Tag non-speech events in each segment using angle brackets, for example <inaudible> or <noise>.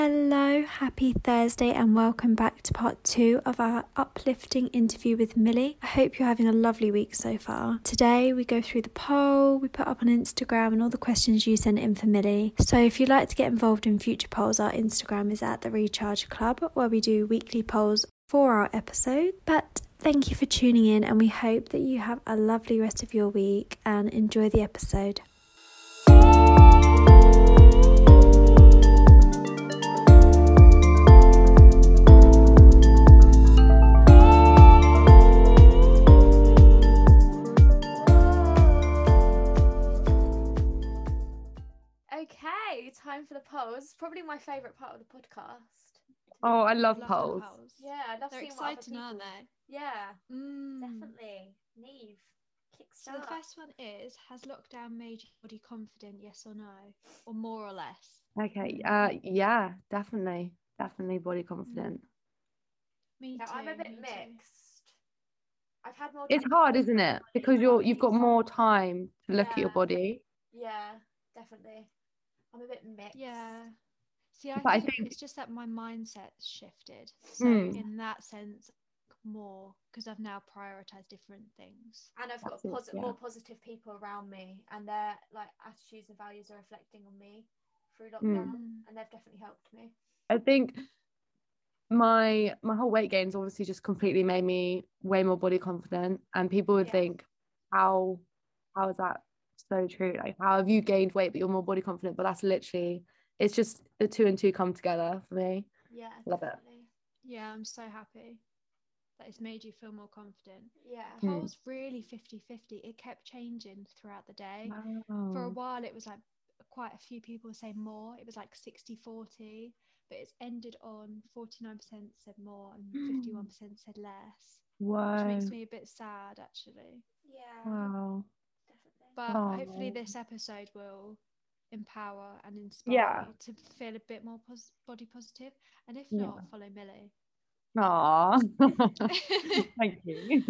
Hello, happy Thursday, and welcome back to part two of our uplifting interview with Millie. I hope you're having a lovely week so far. Today, we go through the poll we put up on Instagram and all the questions you sent in for Millie. So, if you'd like to get involved in future polls, our Instagram is at the Recharge Club, where we do weekly polls for our episode. But thank you for tuning in, and we hope that you have a lovely rest of your week and enjoy the episode. Okay, time for the polls. It's probably my favourite part of the podcast. Oh, I love, Love the polls. polls. Yeah, I love They're seeing what other exciting, people- aren't they? Yeah, Mm. definitely. Neve, So the kickstart. first one is: Has lockdown made your body confident? Yes or no, or more or less? Okay. Mm-hmm. Uh, yeah, definitely, definitely body confident. Me Yeah, too. I'm a bit me too. mixed. I've had more. It's time to hard, think isn't it? about it, Because you're you've got it's- more time to look at your Yeah. body. Yeah, definitely. I'm a bit mixed. Yeah. See, I, But I think, think- it's just that my mindset shifted. So Mm. in that sense, more because I've now prioritized different things. And I've got That's it, posi- yeah. more positive people around me, and their like attitudes and values are reflecting on me through Hmm. lockdown, Mm. and they've definitely helped me. I think my my whole weight gains obviously just completely made me way more body confident, and people would Yeah. think, how how is that so true? Like, how have you gained weight but you're more body confident? But that's literally it's just the two and two come together for me. Yeah, Love it. definitely. Yeah, I'm so happy that it's made you feel more confident. Yeah. Mm. Polls really 50 50. It kept changing throughout the day. for a Wow. while it was like quite a few people say more it was like 60 40 but it's ended on 49% said more Mm. and 51% said less which Wow. makes me a bit sad actually Yeah. Wow. Definitely. but Oh. hopefully this episode will empower and inspire Yeah. you to feel a bit more pos- body positive and if Yeah. not follow <laughs> millie <laughs> Aw. <laughs> Thank you.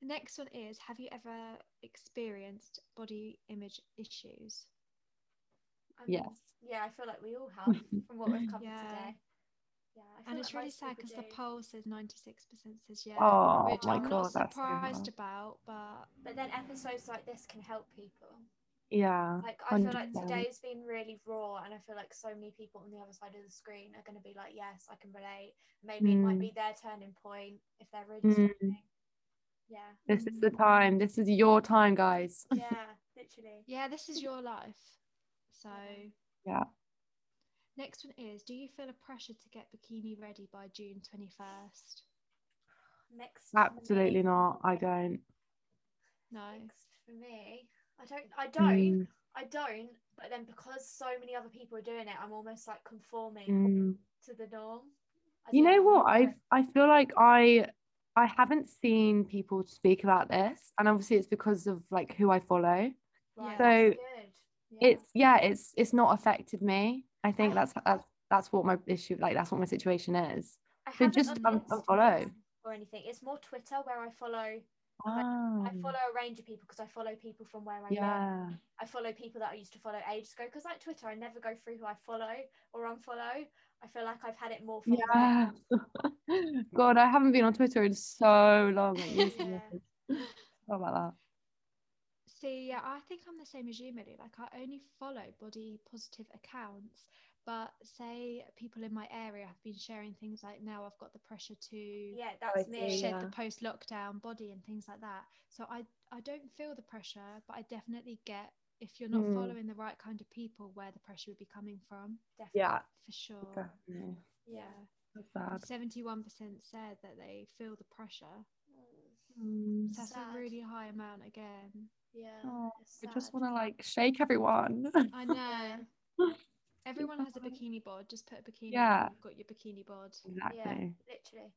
the next one is have you ever experienced body image issues I Yeah. mean, Yeah, I feel like we all <laughs> have from what we've covered Yeah. today. Yeah, I feel and it's like really most sad people because the do. poll says 96% says yeah oh which my I'm god, not that's so surprised hard. about, but But then episodes like this can help people. Yeah. Like I feel like 100%. today's been really raw, and I feel like so many people on the other side of the screen are going to be like, "Yes, I can relate." Maybe it might Mm. be their turning point if they're really Mm. struggling. Yeah, <laughs> This is the time. This is your time, guys. yeah, literally. yeah, this is your life. So Yeah. Next one is: Do you feel a pressure to get bikini ready by June twenty first? Next, for Absolutely me- not. I don't. No. Next for me, I don't. I don't. Mm, I don't. But then because so many other people are doing it, I'm almost like conforming. mm. to the norm. I You know don't what? like I I feel like I I haven't seen people speak about this, and obviously it's because of like who I follow. Right, So, that's good. Yeah. It's yeah, it's it's not affected me. I think I- that's that's that's what my issue like. That's what my situation is. I so haven't just done un- this unfollow. or anything. It's more Twitter where I follow. I Oh, follow a range of people because I follow people from where I live. yeah. I follow people that I used to follow ages ago because like Twitter, I never go through who I follow or unfollow. I feel like I've had it more. From <laughs> Yeah. God, I haven't been on Twitter in so long. Like, years and <laughs> Yeah. years. Sorry about See, yeah, I think I'm the same as you, Millie. Like, I only follow body positive accounts, but say people in my area have been sharing things like now I've got the pressure to Yeah, that's I me. see. shed Yeah. the post lockdown body and things like that. So I I don't feel the pressure, but I definitely get if you're not Mm. following the right kind of people where the pressure would be coming from Definitely. Yeah. for that. sure. Definitely. Yeah. That's sad. Seventy one percent said that they feel the pressure. Mm, So that's Sad. a really high amount <laughs> again. Yeah. Oh, it's I just sad. want to like shake everyone. <laughs> I Yeah. know. Everyone <laughs> has a bikini bod. Just put a bikini Yeah. on. You've got your bikini bod. exactly. Literally.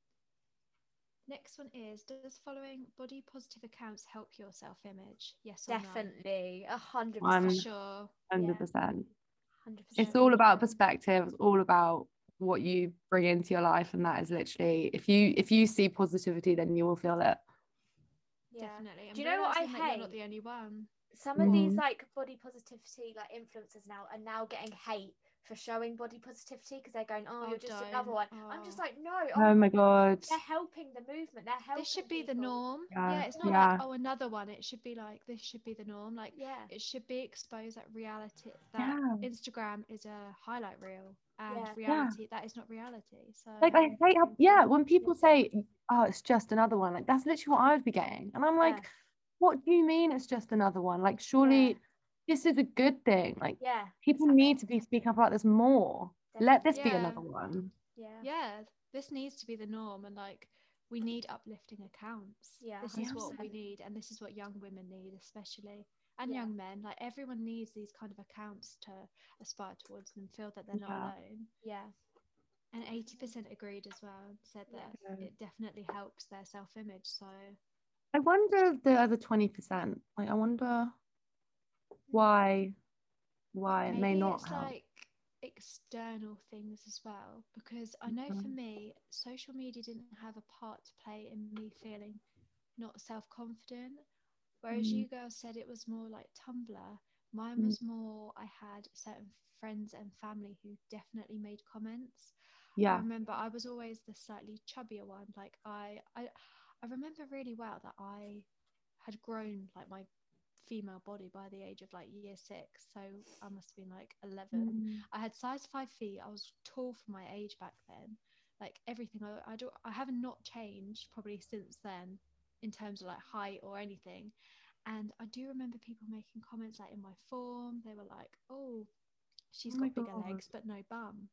Next one is Does following body positive accounts help your self image? Yes or Definitely. A hundred no? Um, For percent. sure. Hundred percent. Hundred percent. It's all about perspective. It's all about what you bring into your life, and that is literally if you if you see positivity, then you will feel it. Yeah. Definitely. Do you know what I realising that You're not hate? the only one. some of these Mm. like body positivity like influencers now are now getting hate for showing body positivity because they're going, oh, Oh, you're just don't. another one. I'm just Oh. like, no, Oh my god. they're helping the movement. They're helping. This should be the people." norm. Yeah, Yeah, it's not like yeah. oh another one. It should be like this should be the norm. Like Yeah, it should be exposed that reality that Yeah. Instagram is a highlight reel and Yeah. Yeah. reality that is not reality. So Like I hate how yeah, when people say, Oh, it's just another one, like that's literally what I would be getting. And I'm like, Yeah. what do you mean it's just another one? Like surely this is a good thing. Like yeah, people exactly. need to be speaking up about this more. Let this be Yeah. another one. yeah. yeah, this needs to be the norm and like we need uplifting accounts. Yeah, This is what we 100%. need and this is what young women need especially and Yeah. young men. Like everyone needs these kind of accounts to aspire towards and feel that they're not Yeah. alone. yeah. And 80% agreed as well, said that Yeah. it definitely helps their self image. So, I wonder the other 20%. Like I wonder why why it may Maybe not it's help. like external things as well because i know for Mhm. me social media didn't have a part to play in me feeling not self-confident whereas Mm. you girls said it was more like tumblr mine Mm. was more i had certain friends and family who definitely made comments I yeah. remember I was always the slightly chubbier one. Like I, I, I remember really well that I had grown like my female body by the age of like year six. So I must have been like eleven. I had size five feet. I was tall for my age back then. Like everything, I, I do. I have not changed probably since then in terms of like height or anything. And I do remember people making comments like in my form, they were like, "Oh, she's Oh my got bigger God. legs but no bum."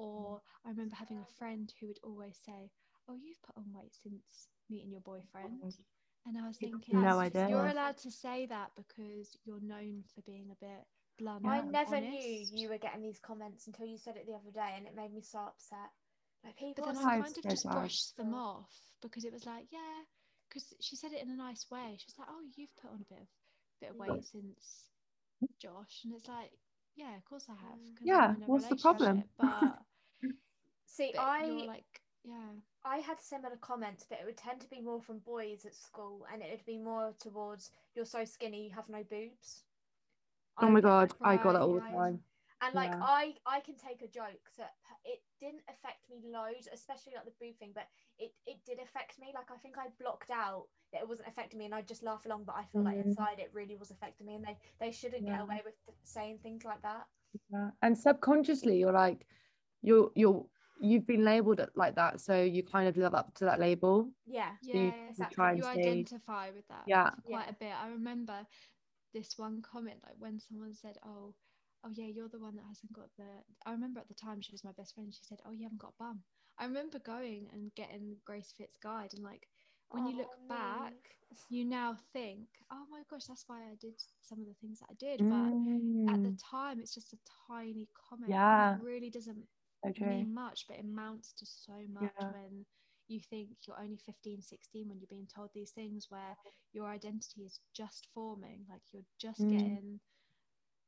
Or I remember having a friend who would always say, "Oh, you've put on weight since meeting your boyfriend." And I was You've thinking, no "That's- idea. you're allowed to say that because you're known for being a bit blunt. I and never knew honest." you were getting these comments until you said it the other day, and it made me so upset. Like people But are then I so Sometimes kind of there's just that. brushed them Oh. off because it was like, yeah, because she said it in a nice way. She was like, oh, you've put on a bit of bit of Yeah. Mm. weight since Josh, and it's like, yeah, of course I have. 'cause I'm Mm. Yeah, in a what's the problem? relationship," <laughs> But, See, but I you're like, yeah, I had similar comments, but it would tend to be more from boys at school, and it would be more towards "you're so skinny, you have no boobs." I Oh my would get god, that I got it right, all the right. time. And like Yeah. I, I can take a joke, so it didn't affect me loads, especially like the boob thing. But it, it did affect me. Like I think I blocked out that it wasn't affecting me, and I just laugh along. But I feel like Mhm. inside it really was affecting me, and they they shouldn't Yeah. get away with th- saying things like that. Yeah. And subconsciously you're like you're you're you've been labeled at- like that so you kind of live up to that label. Yeah, yeah. You exactly. try and you stay identify with that Yeah. for quite Yeah. a bit. I remember this one comment, like when someone said, "Oh, oh yeah, you're the one that hasn't got the." I remember at the time she was my best friend. She said, "Oh, you haven't got a bum." I remember going and getting Grace Fit's guide, and like when you look Aw, me. back, you now think, "Oh my gosh, that's why I did some of the things that I did." But at the Mm, time, it's just a tiny comment. and Yeah. it really doesn't so true. mean much but it amounts to so much Yeah. when you think you're only 15 16 when you're being told these things where your identity is just forming like you're just Mm. getting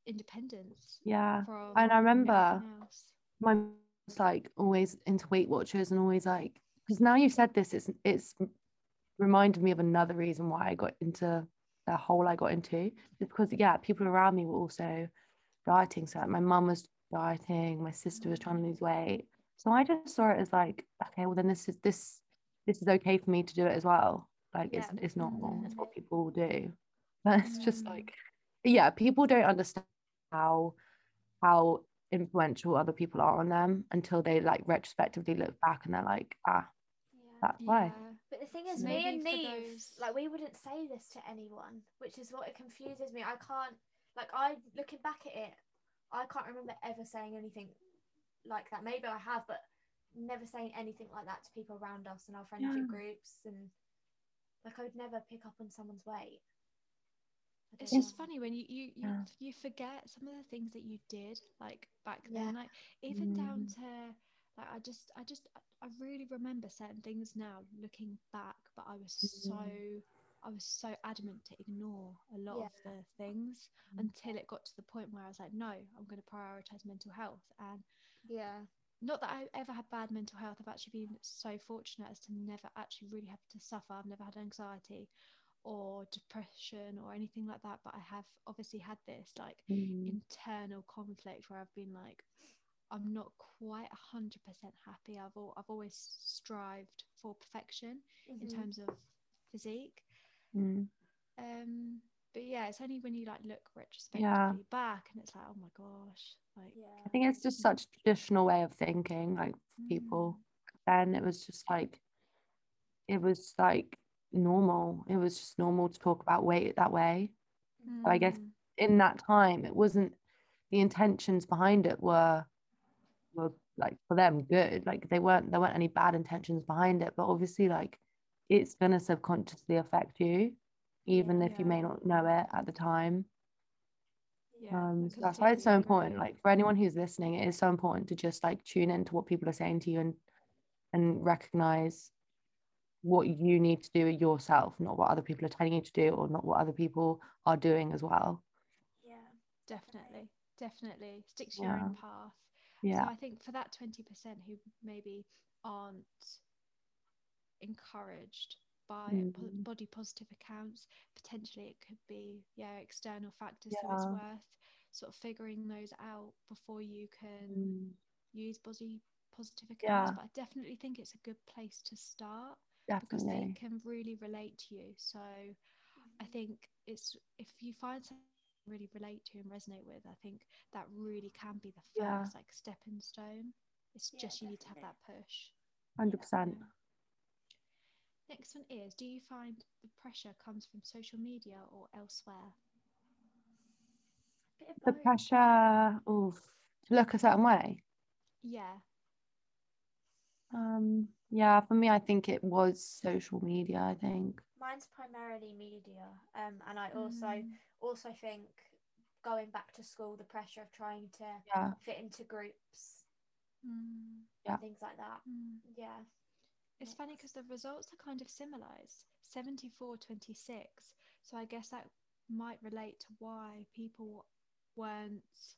independence Yeah. from And I remember- everything else. my mom's like always into Weight Watchers and always like because now you've said this, it's it's reminded me of another reason why I got into the hole I got into. It's because yeah, people around me were also dieting. So like, my mum was dieting, my sister was trying to lose weight. So I just saw it as like, okay, well then this is this this is okay for me to do it as well. Like it's it's normal. It's what Mhm. people will do. But it's just Mm. like yeah, people don't understand how how influential other people are on them until they like retrospectively look back and they're like, ah, Yeah. that's why. Yeah. But the thing is, So me and maybe for Neve, those- like we wouldn't say this to anyone, which is what it confuses me. I can't, like, I looking back at it, I can't remember ever saying anything like that. Maybe I have, but never saying anything like that to people around us and our friendship Yeah. groups. And like, I would never pick up on someone's weight. I it's don't just know. funny when you you, you, Yeah. you forget some of the things that you did like back Yeah. then like even down Mm. to like i just i just i really remember certain things now looking back but i was so Mm. i was so adamant to ignore a lot Yeah. of the things Mm. until it got to the point where i was like no i'm going to prioritize mental health and Yeah. not that I ever had bad mental health. I've actually been so fortunate as to never actually really have to suffer. I've never had anxiety or depression or anything like that. But I have obviously had this like Mm. internal conflict where I've been like, I'm not quite hundred percent happy. I've al- I've always strived for perfection Mm-hmm. in Mm-hmm. terms of physique. Mm. Um, but yeah, it's only when you like look retrospectively back and it's like, oh my gosh, like yeah. I think it's just such a traditional way of thinking, like mm-hmm. for people. Then it was just like, it was like normal. It was just normal to talk about weight that way. Mm-hmm. I guess- mm, In that time, it wasn't the intentions behind it were were like for them good. Like they weren't there weren't any bad intentions behind it, but obviously like it's gonna subconsciously affect you, even if you Yeah. may not know it at the time. yeah, I Um, so can that's why it's so totally important. agree. Like for anyone who's listening, it is so important to just like tune into what people are saying to you and and recognize what you need to do yourself, not what other people are telling you to do, or not what other people are doing as well. Yeah. definitely, definitely stick to your own path. Yeah, So I think for that 20% who maybe aren't encouraged by po- Mm. body positive accounts, potentially it could be, yeah, external factors. So it's Yeah. worth sort of figuring those out before you can Mm, use body positive accounts. Yeah. But I definitely think it's a good place to start because they definitely. can really relate to you. So I Mm-hmm. think it's if you find something you really relate to and resonate with, I think that really can be the first Yeah. like stepping stone. It's Yeah, just you need to have that definitely. push. Hundred percent. Next one is do you find the pressure comes from social media or elsewhere? Bit of The both. pressure oof, to look a certain way. Yeah. Um, yeah, for me, I think it was social media. I think. Mine's primarily media, um, and I also Mm, also think going back to school, the pressure of trying to Yeah. fit into groups, mm, Yeah. things like that. mm. Yeah. It's funny because the results are kind of similar. It's 74 26. So I guess that might relate to why people weren't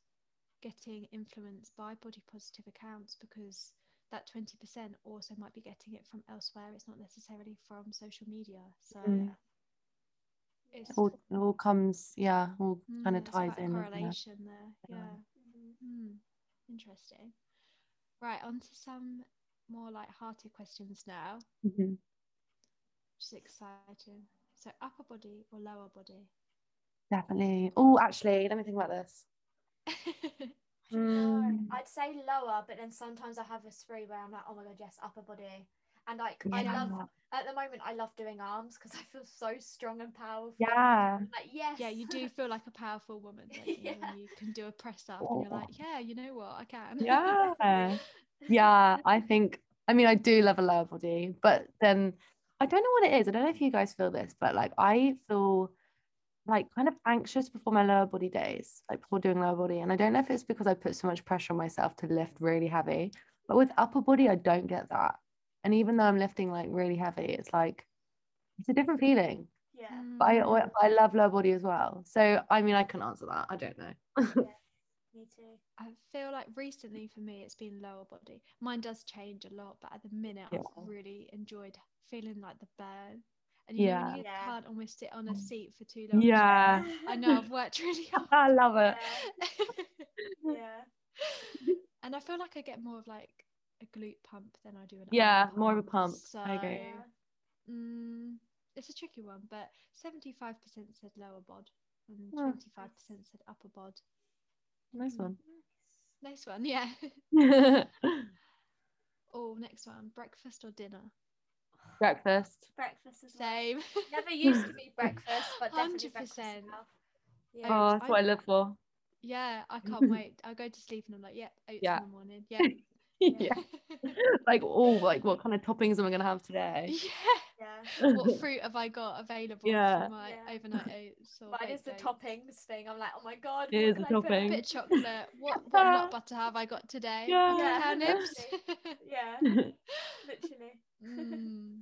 getting influenced by body positive accounts because that 20% also might be getting it from elsewhere. It's not necessarily from social media. So Mm. it's, It all, it all comes. Yeah, all kind mm, of it's ties quite a in. isn't it? correlation there. Yeah. yeah. Mhm. Hmm, interesting. Right, on to some more light-hearted questions now, Mhm. which is exciting. So, upper body or lower <laughs> body? Definitely. Oh, actually, let me think about this. I don't know. Mm. I'd say lower, but then sometimes I have a spree where I'm like, oh my god, yes, upper body, and like I Yeah. love at the moment I love doing arms because I feel so strong and powerful. Yeah. I'm like yes. yeah, you do feel like a powerful woman, don't you? when <laughs> Yeah. you can do a press up, and you're Oh. like, yeah, you know what, I can. <laughs> Yeah. <laughs> Yeah. I think, I mean, I do love a lower body, but then I don't know what it is. I don't know if you guys feel this, but like I feel like kind of anxious before my lower body days, like before doing lower body. And I don't know if it's because I put so much pressure on myself to lift really heavy, but with upper body, I don't get that. And even though I'm lifting like really heavy, it's like, it's a different feeling. <laughs> yeah. <laughs> But I, Mm, al- I love lower body as well. So, I mean, I can answer that. I don't know. Me too. I feel like recently for me it's been lower body. Mine does change a lot, but at the minute Yeah. I've really enjoyed feeling like the burn. And you know when Yeah. you Yeah. can't almost sit on a Mm. seat for too long. it's Yeah. I <laughs> know I've worked really hard. <laughs> I love it. <laughs> yeah. Yeah. and I feel like I get more of like a glute pump than I do an Yeah, arm more of a pump. So, I agree. Yeah. Um, mm, it's a tricky one, but seventy-five percent said lower bod and Oh. twenty-five percent said upper bod. Nice <laughs> one. Nice one, <laughs> yeah. Breakfast. oh, next one: breakfast or dinner? Breakfast as well. Same. <laughs> Never used <laughs> to be breakfast, but definitely breakfast 100%. now. Oats. Yeah. Oh, that's what I live for. <laughs> yeah, I can't wait. I go to sleep and I'm like, yep, oats Yeah. in the <laughs> morning. Yeah. <laughs> yeah. Like, oh, like what kind of toppings am I gonna have today? yeah. <laughs> yeah. what fruit have I got available Yeah. for my Yeah. <laughs> overnight oats? Oh Or Mine is baked the oats? toppings thing. I'm like, oh my god. It what is can a I put? A topping. <laughs> bit of chocolate. What what Yeah. nut butter have I got today? A Yeah. cacao Yeah. nibs? Yeah, literally. <laughs> mm,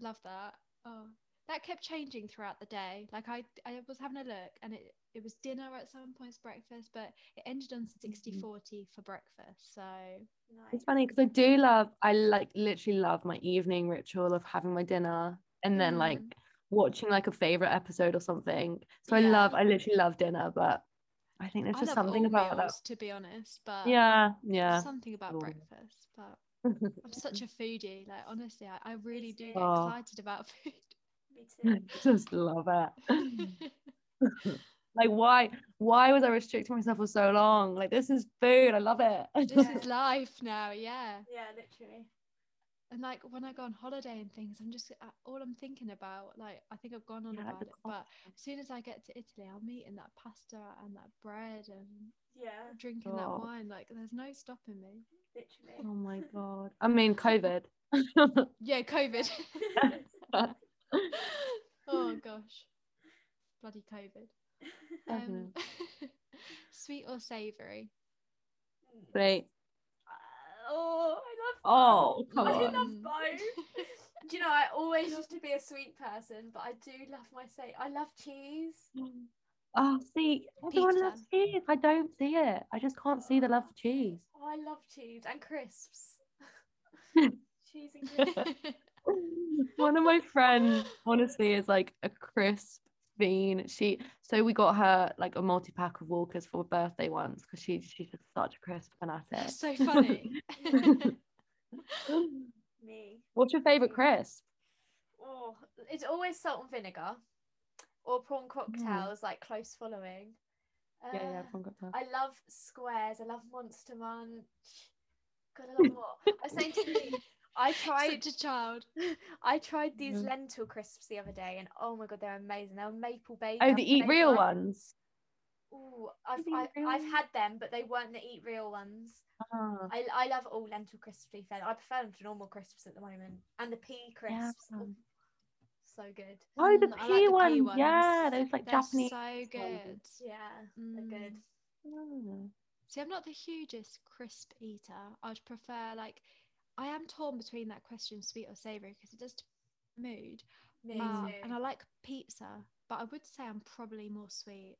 love that. Oh, that kept changing throughout the day. Like I I was having a look, and it it was dinner at some points, breakfast, but it ended on Mm-hmm. 60-40 for breakfast. So Nice. it's funny because I do love, I like literally love my evening ritual of having my dinner and then like Mm. watching like a favorite episode or something. So I Yeah. love, I literally love dinner, but I think there's I just love something all about meals, to be honest. But that. Yeah, yeah. something about All. breakfast. <laughs> But I'm such a foodie. Like honestly, I, I really do get Oh. excited about food. Me too. <laughs> just love it. Like why why was I restricting myself for so long? Like this is food. I love <laughs> this it. <laughs> is life now, yeah. Yeah, literally. And like when I go on holiday and things, I'm just I- all I'm thinking about. Like I think I've gone on Yeah, about the it, but as soon as I get to Italy, I'm eating that pasta and that bread and Yeah, drinking that Oh. wine. Like there's no stopping me. literally. oh my <laughs> god. I mean COVID. <laughs> Yeah, COVID. <laughs> oh gosh, bloody COVID. Um, Mm-hmm. <laughs> sweet or <laughs> savoury? Great. oh, I love. Oh, come I on. love <laughs> both. Do you know I always used to be a sweet person, but I do love my say. I love cheese. Oh, see, everyone Pizza. loves cheese. I don't see it. I just can't see the love for <laughs> cheese. Oh, I love cheese and <laughs> crisps. <laughs> cheese and crisps. Love. One of my friends, honestly, is like a crisp fiend. She so we got her like a multi pack of Walkers for her birthday once because she she's just such a crisp fanatic. That's <laughs> so funny. <laughs> <gasps> Me. What's your favorite crisp? Oh, it's always salt and vinegar, or prawn cocktails like close following. Mm. Yeah, yeah, Uh, everyone got that. I love squares. I love Monster Munch. God, I love more. I was saying to <laughs> you, I tried, Such a child. <laughs> I tried these Yeah. lentil crisps the other day, and oh my god, they're amazing. They're maple bacon. Oh, the eat real ones. Ooh, I've, the I, real I've ones. had them, but they weren't the eat real ones. Ah, I, I love all lentil crisps. To be fair, I prefer them to normal crisps at the moment, and the pea crisps. Yeah. Ooh, so good. Oh, the Mm, I like the pea pea ones. ones. Yeah, those like They're Japanese. so good. Yeah, they're good. Mm. Mm. See, I'm not the hugest crisp eater. I'd prefer like I am torn between that question, sweet or savoury, because it does depend on the mood. Me Ah, but- too. and I like pizza, but I would say I'm probably more sweet,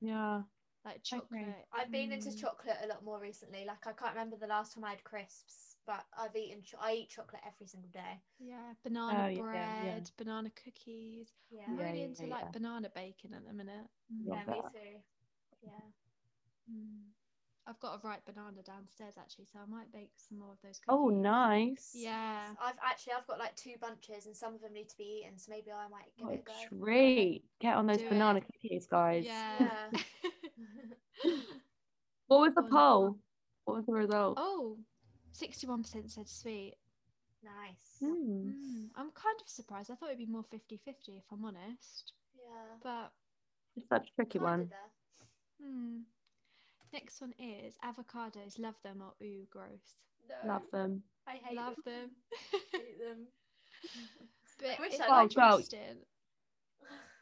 Yeah. like chocolate. I've been into mm, chocolate a lot more recently. Like I can't remember the last time I had crisps, but I've eaten. Cho- I eat chocolate every single day. Yeah, banana Oh, yeah, bread, yeah. banana cookies. Yeah, I'm Yeah, really yeah, into yeah. like banana bacon at the minute. Mm. yeah, Love me that. too. Yeah. Mm. I've got a ripe banana downstairs actually, so I might bake some more of those. Cookies. Oh, nice. Yeah. I've actually I've got like two bunches, and some of them need to be eaten, so maybe I might give What it a a go. treat. Get on those Do banana it. cookies, guys. Yeah. <laughs> What was the Or- poll? What was the result? oh, 61% said sweet. nice. Hmm. Mm, I'm kind of surprised. I thought it'd be more 50 50 if I'm honest. Yeah. But It's such a tricky Kinda one. there. hmm. next one is avocados. Love them or ooh, gross. No, Love them. I hate Love them. them. <laughs> hate them. <laughs> But wish it's I liked both. interesting.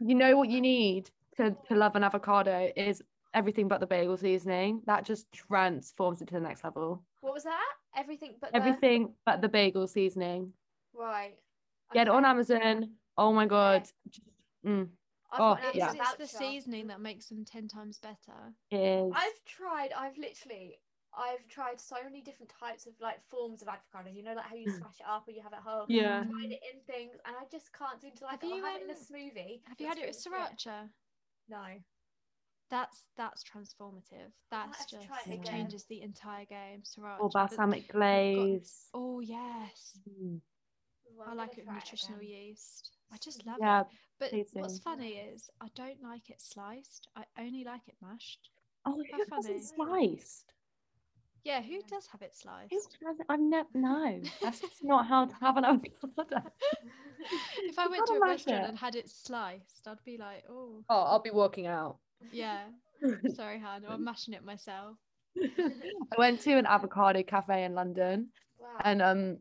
You know what you need to, to love an avocado is everything but the bagel seasoning. That just transforms it to the next level. What was that? Everything but Everything but the bagel seasoning. The... Right. Get it on Okay. Amazon. Oh my god. Just, mm, I've Oh, got an yeah. It's, Amazon it's the voucher. seasoning that makes them 10 times better. it is. I've tried. I've literally. I've tried so many different types of like forms of avocado. You know, like how you Mm. smash it up or you have it whole. Yeah. I've Mm. tried it in things, and I just can't seem to like Have it. you, I'll have it in a um, smoothie. Have you had That's it with pretty much sriracha? No. That's that's transformative. That's have to just try it again. changes the entire game. Sriracha. Or but- balsamic glaze. Oh yes. Mm. Well, I I'm like gonna it try with nutritional again. yeast. I just love Yeah. it. But please what's do. funny is I don't like it sliced. I only like it mashed. Oh, How who doesn't funny. sliced? Yeah, who Yeah. does have it Who <laughs> sliced? hasn't? I've never no. That's just not how to have an <laughs> avocado. if I You went to a gotta mash restaurant it. and had it sliced, I'd be like, oh Oh, I'll be walking out. <laughs> yeah. Sorry, Han, I'm mashing it myself. I went to an avocado cafe in London, <laughs> Wow. <laughs> and um,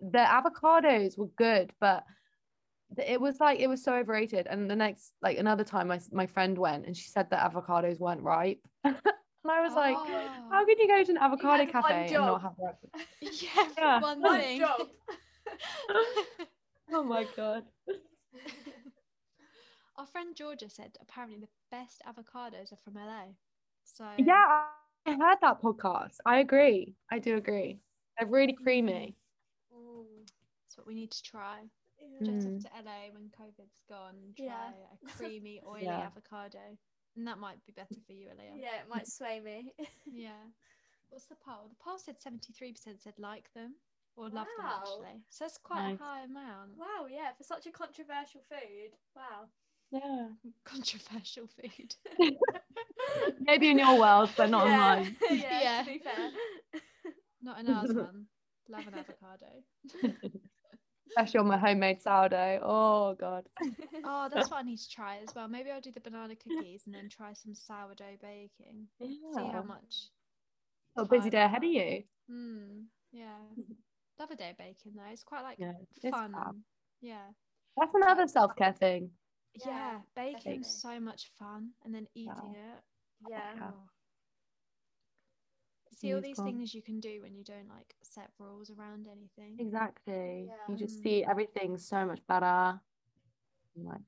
the avocados were good, but th- it was like it was so overrated. And the next, like another time, my s- my friend went, and she said that avocados weren't ripe, <laughs> and I was like, Oh. <laughs> how could you go to an avocado had one cafe and job. not have ripe? <laughs> Yeah, for Yeah. one One thing. <laughs> job. <laughs> <laughs> Oh my god. Our friend Georgia said apparently the best avocados are from LA. So Yeah, I heard that podcast. I agree. I do agree. They're really creamy. Mm. that's what we need to try. Yeah. Jet Mm. off to LA when COVID's gone. and Try Yeah. <laughs> a creamy, oily Yeah. avocado. and that might be better for you, Aaliyah. Yeah, it might sway me. <laughs> Yeah. What's the poll? The poll said 73% said like them or love them Wow. actually. So that's quite Nice. a high amount. wow, yeah, for such a controversial food. Wow. Yeah. Controversial <laughs> food. Maybe in your world, but not yeah. online. <laughs> yeah, Yeah. to be <laughs> fair. Not in ours <laughs> one. Love an avocado. Especially on my homemade sourdough. Oh god. Oh, that's what I need to try as well. Maybe I'll do the banana cookies and then try some sourdough baking. See how Yeah. much. Got a busy time day I ahead have. of you. Mm, yeah. Love a day of baking though. It's quite like Yeah, it's fun. fab. and- Yeah. That's another self care thing. Yeah. Yeah, Baking's definitely. so much fun and then eating it. yeah. Yeah. Oh. See all Years these gone. things you can do when you don't like set rules around anything. Exactly. You Yeah. just see everything so much better. And Like,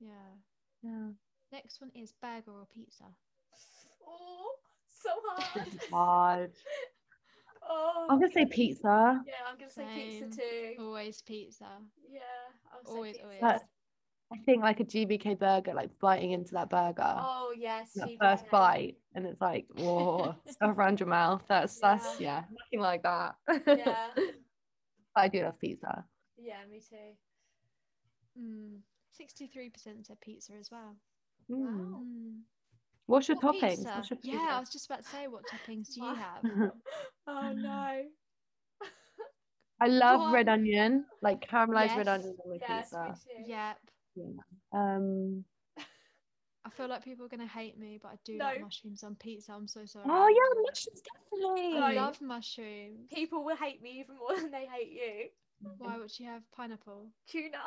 Yeah. yeah. Next one is burger or pizza. Oh, so hard. This is <laughs> hard. oh, I'm gonna say pizza. Yeah, I'm gonna say Same. pizza too. Always pizza. Yeah, I'll Always, say always. pizza. I think like a GBK burger, like biting into that burger. Oh yes, that you first did. bite and it's like whoa stuff around your mouth that's that's yeah Yeah. nothing like that <laughs> Yeah, i do love pizza yeah, me too. Mm. 63% said pizza as well. Mm. Wow. Mm. what's your What toppings pizza? what's your yeah, I was just about to say, what toppings do you Wow. have? Oh <laughs> no. i love What? red onion like caramelized red Yes. onion on my Yes, me pizza too. <laughs> Yep. um I feel like people are going to hate me, but I do No. like mushrooms on pizza. I'm so sorry. oh yeah mushrooms definitely I No. love mushrooms. People will hate me even more <laughs> than they hate you. Why would she have pineapple? Tuna.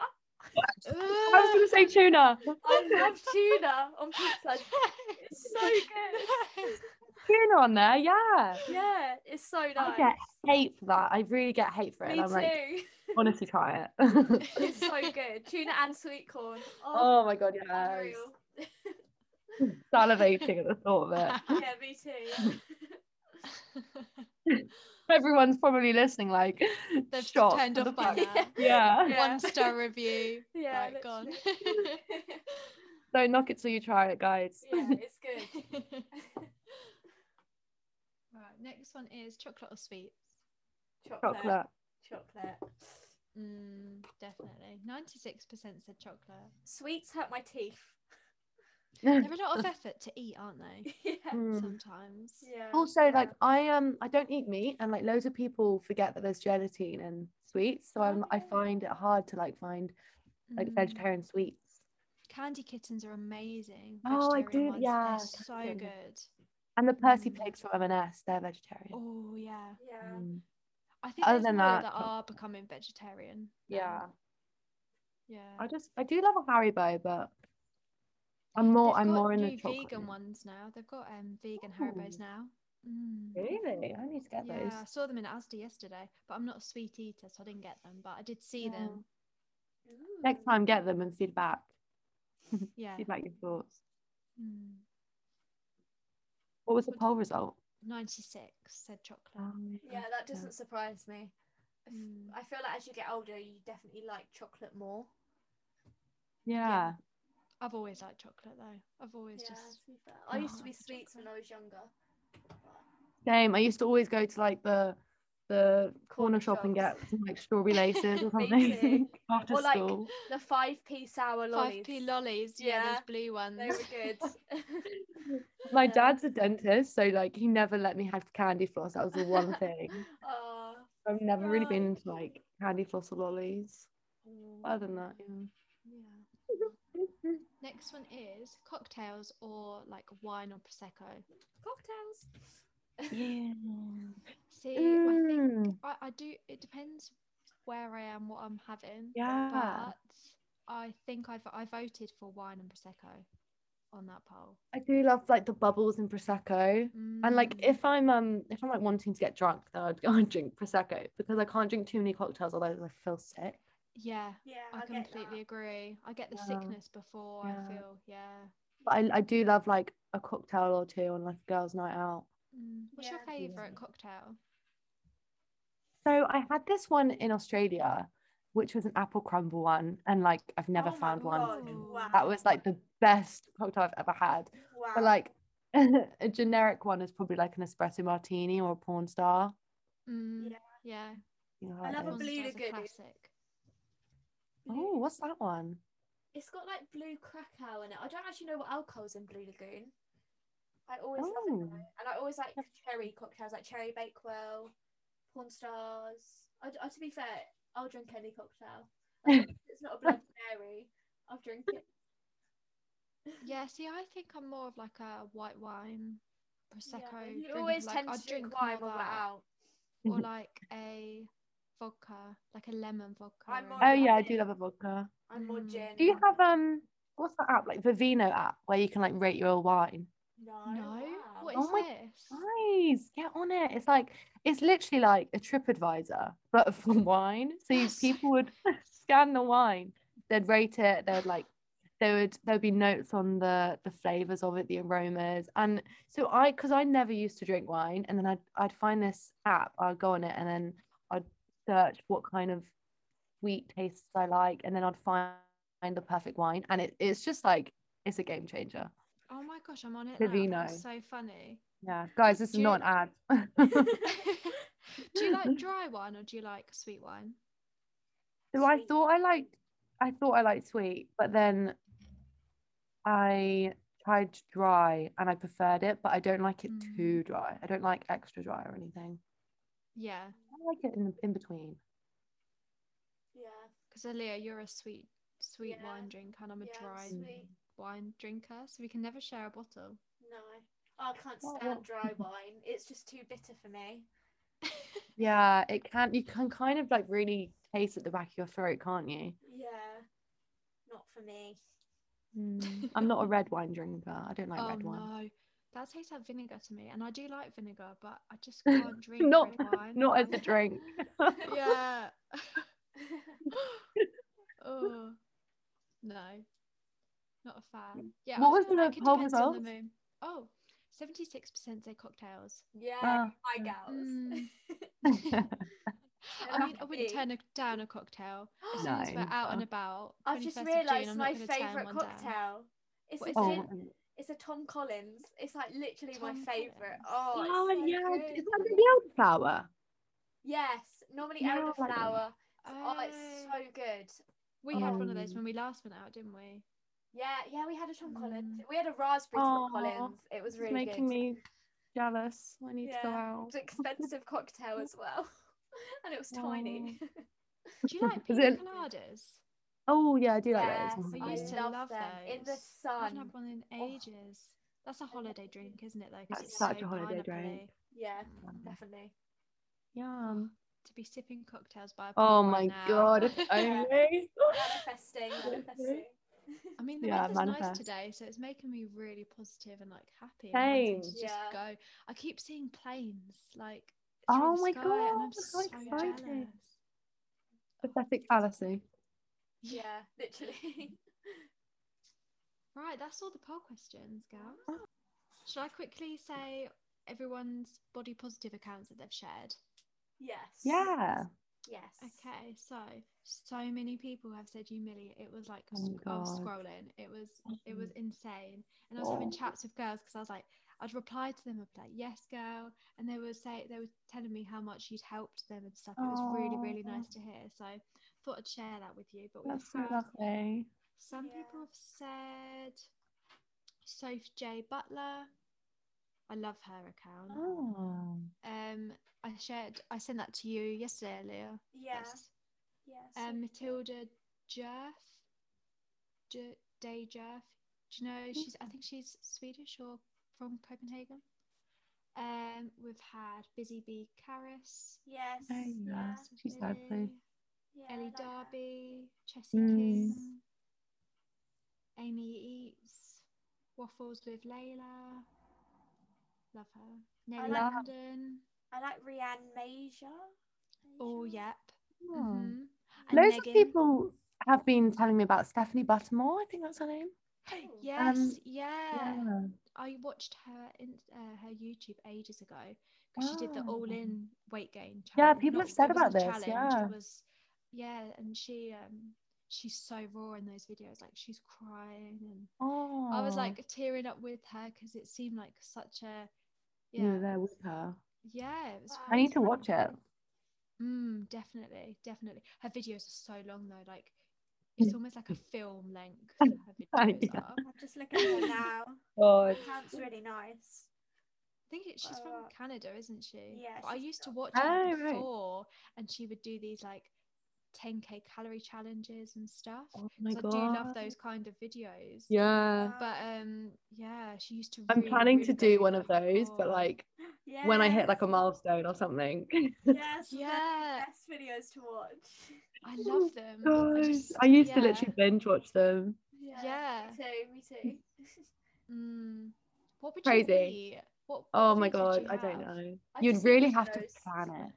<laughs> i was gonna say tuna I love tuna on pizza. <laughs> It's so good. tuna on there yeah Yeah, it's so i nice. get hate for that i really get hate for it Me and i'm too. like <laughs> honestly try <laughs> it it's so good. Tuna and sweet <laughs> corn. Oh, oh my god yes unreal. salivating at the thought of it <laughs> yeah, me too. everyone's probably listening like <laughs> They've shocked turned what the off by <laughs> <laughs> fuck? now. <laughs> yeah Yeah. One star <laughs> review. Yeah, right, gone. literally. <laughs> <laughs> don't knock it till you try it guys yeah, it's good. right, next one is chocolate or sweets. Chocolate. Chocolate. <laughs> chocolate Mm, definitely. 96% said chocolate. Sweets hurt my teeth. <laughs> <laughs> Hmm. <laughs> They're a lot of effort to eat, aren't they? yeah. Mm. Sometimes. Yeah. also like i um i don't eat meat and like loads of people forget that there's gelatin and sweets so i'm i Okay. find it hard to like find like Mm. vegetarian sweets Candy kittens are amazing. Oh, I Vegetarian do- ones, yeah, They're so candy kittens. good. and the percy Mm. pigs from m&s they're vegetarian Oh, yeah. Yeah. Mm. I think Other there's than more that, that, not- are becoming vegetarian. now. yeah Yeah. i just i do love a haribo but i'm more They've i'm got more in new the chocolate vegan ones now. They've got um vegan Haribos Ooh. now. Mm. really i need to get Yeah, those I saw them in Asda yesterday, but I'm not a sweet eater, so I didn't get them. But I did see Yeah. them. next time get them and feedback Oh, Yeah. feedback your thoughts Mm. what was the Would- poll result 96 said chocolate. Oh. Yeah, that doesn't surprise me. I f- Mm. I feel like as you get older, you definitely like chocolate more. yeah I've always liked chocolate though. I've always Yeah, just to be fair. I used to Oh, be sweets when I was younger. same i used to always go to like the the corner Corner shop and get shops. some like strawberry laces or <laughs> Me something too. <laughs> after Or, like, <laughs> school The 5p sour lollies. 5p lollies. Yeah, Yeah. those blue ones. They <laughs> were good. <laughs> my yeah. dad's a dentist so like he never let me have candy floss that was the one thing oh, i've never really Right. been into like candy floss or lollies But other than that yeah Yeah. <laughs> Next one is cocktails or like wine or prosecco. cocktails. yeah See, I think Mm, I, I do. It depends where I am, what I'm having. yeah But I think I've I voted for wine and prosecco on that poll. i do love like the bubbles in prosecco And like Mm, if I'm um if I'm like wanting to get drunk, then I'd go and drink prosecco because I can't drink too many cocktails, otherwise I feel sick. yeah, yeah, I, I get completely agree. I get the Yeah. sickness before Yeah. I feel. Yeah. But I, I do love like a cocktail or two on like a girls' night out. Mm. What's your Yeah. favorite Yeah. cocktail? So I had this one in Australia which was an apple crumble one, and like I've never Oh my found one. God, Ooh. Wow. That was like the best cocktail I've ever had. wow. But like <laughs> a generic one is probably like an espresso martini or a porn star. Mm, Yeah. yeah. You know, I like love a those. Porn blue Stars lagoon. classic. Oh, what's that one? It's got like blue crackao in it. I don't actually know what alcohol's in Blue Lagoon. I always love it, Oh. though. and I always like cherry cocktails, like cherry bakewell, porn stars. I, I- to be fair, I'll drink any <laughs> cocktail. Like, if it's not a blood mary. I'll drink it. Yeah, see, I think I'm more of like a white wine prosecco. Yeah, you drinker, always like, tend I'd to drink more wine when we're that, out. or like a vodka, like a lemon vodka. I'm or more Oh anything. of yeah, I it. do love a vodka. I'm more Mm. gin. Do you have um what's that app like the Vino app where you can like rate your wine? no? No, Wow. what Oh is my this? Nice, get on it. It's like it's literally like a TripAdvisor but <laughs> for wine. So you, That's so- people would <laughs> scan the wine, they'd rate it, they'd like there would there'd be notes on the the flavors of it, the aromas, and so I because I never used to drink wine, and then I'd I'd find this app, I'd go on it, and then I'd search what kind of sweet tastes I like, and then I'd find the perfect wine, and it, it's just like it's a game changer. Oh my gosh, I'm on it The now. vino. That's so funny. <laughs> Yeah, guys, this is Do you- not an ad. do you like dry wine or do you like sweet wine? So I Sweet. thought I liked I thought I liked sweet, but then I tried dry and I preferred it, but I don't like it Mm. too dry. I don't like extra dry or anything. Yeah, I like it in, in between. Yeah. because Aaliyah, you're a sweet, sweet Yeah. wine drinker, and I'm a yeah, dry Mm. Sweet. wine drinker, so we can never share a bottle. No. I can't Well, stand well- dry wine. It's just too bitter for me. Yeah, it can you can kind of like really taste at the back of your throat, can't you? Yeah. Not for me. Mm. <laughs> I'm not a red wine drinker. I don't like oh red wine. no, that tastes like vinegar to me, and I do like vinegar, but I <laughs> just can't drink Not red wine. not as <laughs> a drink. <laughs> yeah. oh no, not a fan. Yeah. What I was feel the like it poll depends on the results? moon. Oh, 76 percent say <gasps> cocktails. yeah. Ah. my gals. <gasps> <gasps> Mm. Lucky I mean, I wouldn't you. turn a, down a cocktail. As soon as No, we're out and never. about. I've just 21st of June, realised I'm not my gonna turn favourite one down. cocktail. It's What a, is oh, it? gin- it's a Tom Collins. It's like literally my Tom favourite. Collins. Oh, it's oh, so yeah, good. is that the flower? Yes, normally No. elderflower. Oh, it's Oh, so good. we had one of those Um, when we last went out, didn't <laughs> we? Yeah, yeah, we had a Tom Collins. Mm. We had a raspberry Tom Aw, Collins. It was It's really making good. me jealous. I need to go Yeah. out. It's an <laughs> expensive cocktail as well, <laughs> and it was tiny. Do you like <laughs> Is pina it- coladas? Oh yeah, I do like yes, those. We I used to love, love them in the those. I haven't sun. had one in Oh. ages. That's a holiday drink, isn't it? Though, 'cause That's it's such so a holiday pineapple-y. drink. <laughs> Yeah, Mm. definitely. Yum. To be sipping cocktails by. a Oh pint my now. <laughs> god, if Yeah. only. <laughs> Manifesting, manifesting. I mean, the Yeah, weather's nice manifest. today, so it's making me really positive and like happy. and wanting to Same. just Yeah. go. I keep seeing planes like. through Oh the my sky, god, and I'm that's so exciting. jealous. Pathetic Alice. Yeah, literally. Right, that's all the poll questions, gal. Oh. Shall I quickly say everyone's body positive accounts that they've shared? Yes. Yeah. Yes. Okay, so so many people have said you Millie. It was like Oh my sc- I was God. Mm-hmm. scrolling. It was it was insane, and I was Oh. having chats with girls because I was like, I'd reply to them. I'd be like, "Yes, girl," and they would say they were telling me how much you'd helped them and stuff. It was really really Aw. nice to hear. So thought I'd share that with you. But we've Oh. That's so had- lovely. some Yeah. people have said Soph J Butler. I love her account. Oh. Um, I shared I sent that to you yesterday, Leah. Yeah. That's- Yes. um, Matilda Jerf, J- Day Jerf. Do you know she's? I think she's Swedish or from Copenhagen. Um, we've had Busy Bee Karis, yes. Oh, yeah. yeah, She's lovely. yeah, I Ellie like her. Darby, Chessie Mm. King, Amy Eats, Waffles with Layla. Love her. Nelly like her. London. I like Rianne Major. Oh, Major? yep. Oh. Mm-hmm. <gasps> Loads of people have been telling me about Stephanie Buttermore. I think that's her name. Oh. Yes, Um, yeah. I watched her in uh, her YouTube ages ago because she did the Oh. all in weight gain challenge. Yeah, people Not- have said it wasn't about a this, challenge, yeah. It was yeah, and she um she's so raw in those videos. Like she's crying, and Oh, I was like tearing up with her because it seemed like such a you were yeah there with her. yeah. It was Wow. I need to watch it. Mm, definitely, definitely. Her videos are so long though, like it's almost <laughs> like a film length. Her videos Yeah. are. I'm just looking at her <laughs> now. Her God. account's really nice. I think it, she's Well, from uh, Canada, isn't she? yeah, But I she's used to got- watch her Oh, right. before, and she would do these like 10k calorie challenges and stuff. Oh my so god. I do love those kind of videos. Yeah. <gasps> Uh, But um, yeah, she used to. I'm really, planning really Oh. to do go one of those, but hardcore. like <gasps> when I hit yes, like a milestone or something. <gasps> yes, they're Yeah, the best videos to <laughs> watch. I Oh love them. <laughs> God. Mm, I, just- I used to yeah, literally binge watch them. Yeah. Me too. <laughs> Me too. Mm. What would Crazy. you eat? What, what Oh my food did god, you I don't have? know. I You'd just really eat have to those. plan it.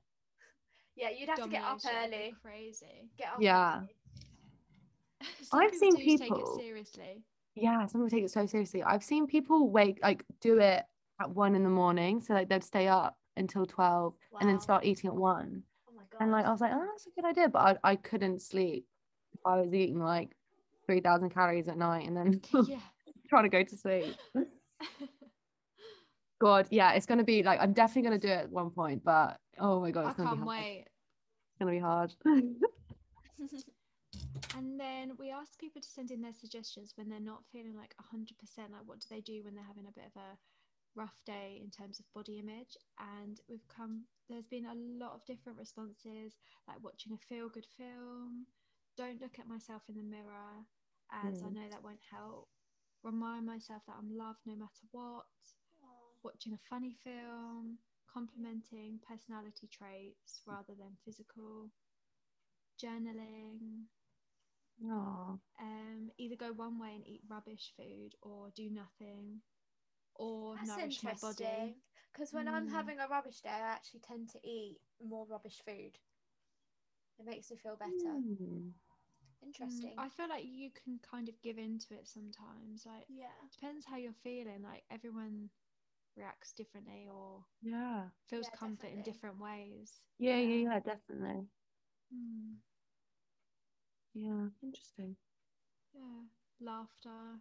Yeah, you'd have to get up Domino's, yeah, they're early. Crazy. <laughs> Get up. Yeah. early. Some I've people seen do take it people- <laughs> seriously. Yeah, some people take it so seriously. I've seen people wake like do it at one in the morning, so like they'd stay up until twelve and Wow. then start eating at one. Oh my god. And like I was like, oh, that's a good idea, but I, I couldn't sleep. if I was eating like three thousand calories at night and then yeah. <laughs> trying to go to sleep. God, yeah, it's gonna be like I'm definitely gonna do it at one point, but oh my god, I it's gonna be can't hard. wait. It's gonna be hard. <laughs> And then we ask people to send in their suggestions when they're not feeling like 100%. Like, what do they do when they're having a bit of a rough day in terms of body image? And we've come, there's been a lot of different responses like watching a feel good film, don't look at myself in the mirror, as I Mm. know that won't help, remind myself that I'm loved no matter what, watching a funny film, complimenting personality traits rather than physical, journaling Aw. um, either go one way and eat rubbish food or do nothing or nourish That's my body. interesting. Because when I'm Mm. having a rubbish day, I actually tend to eat more rubbish food. It makes me feel better. <laughs> Hmm. Mm, Interesting. I feel like you can kind of give in to it sometimes. Like, Yeah. depends how you're feeling. Like, everyone reacts differently or Yeah. feels Yeah, comfort in definitely. different ways. Yeah, yeah, yeah, definitely. Mm, Yeah, interesting. yeah. Laughter.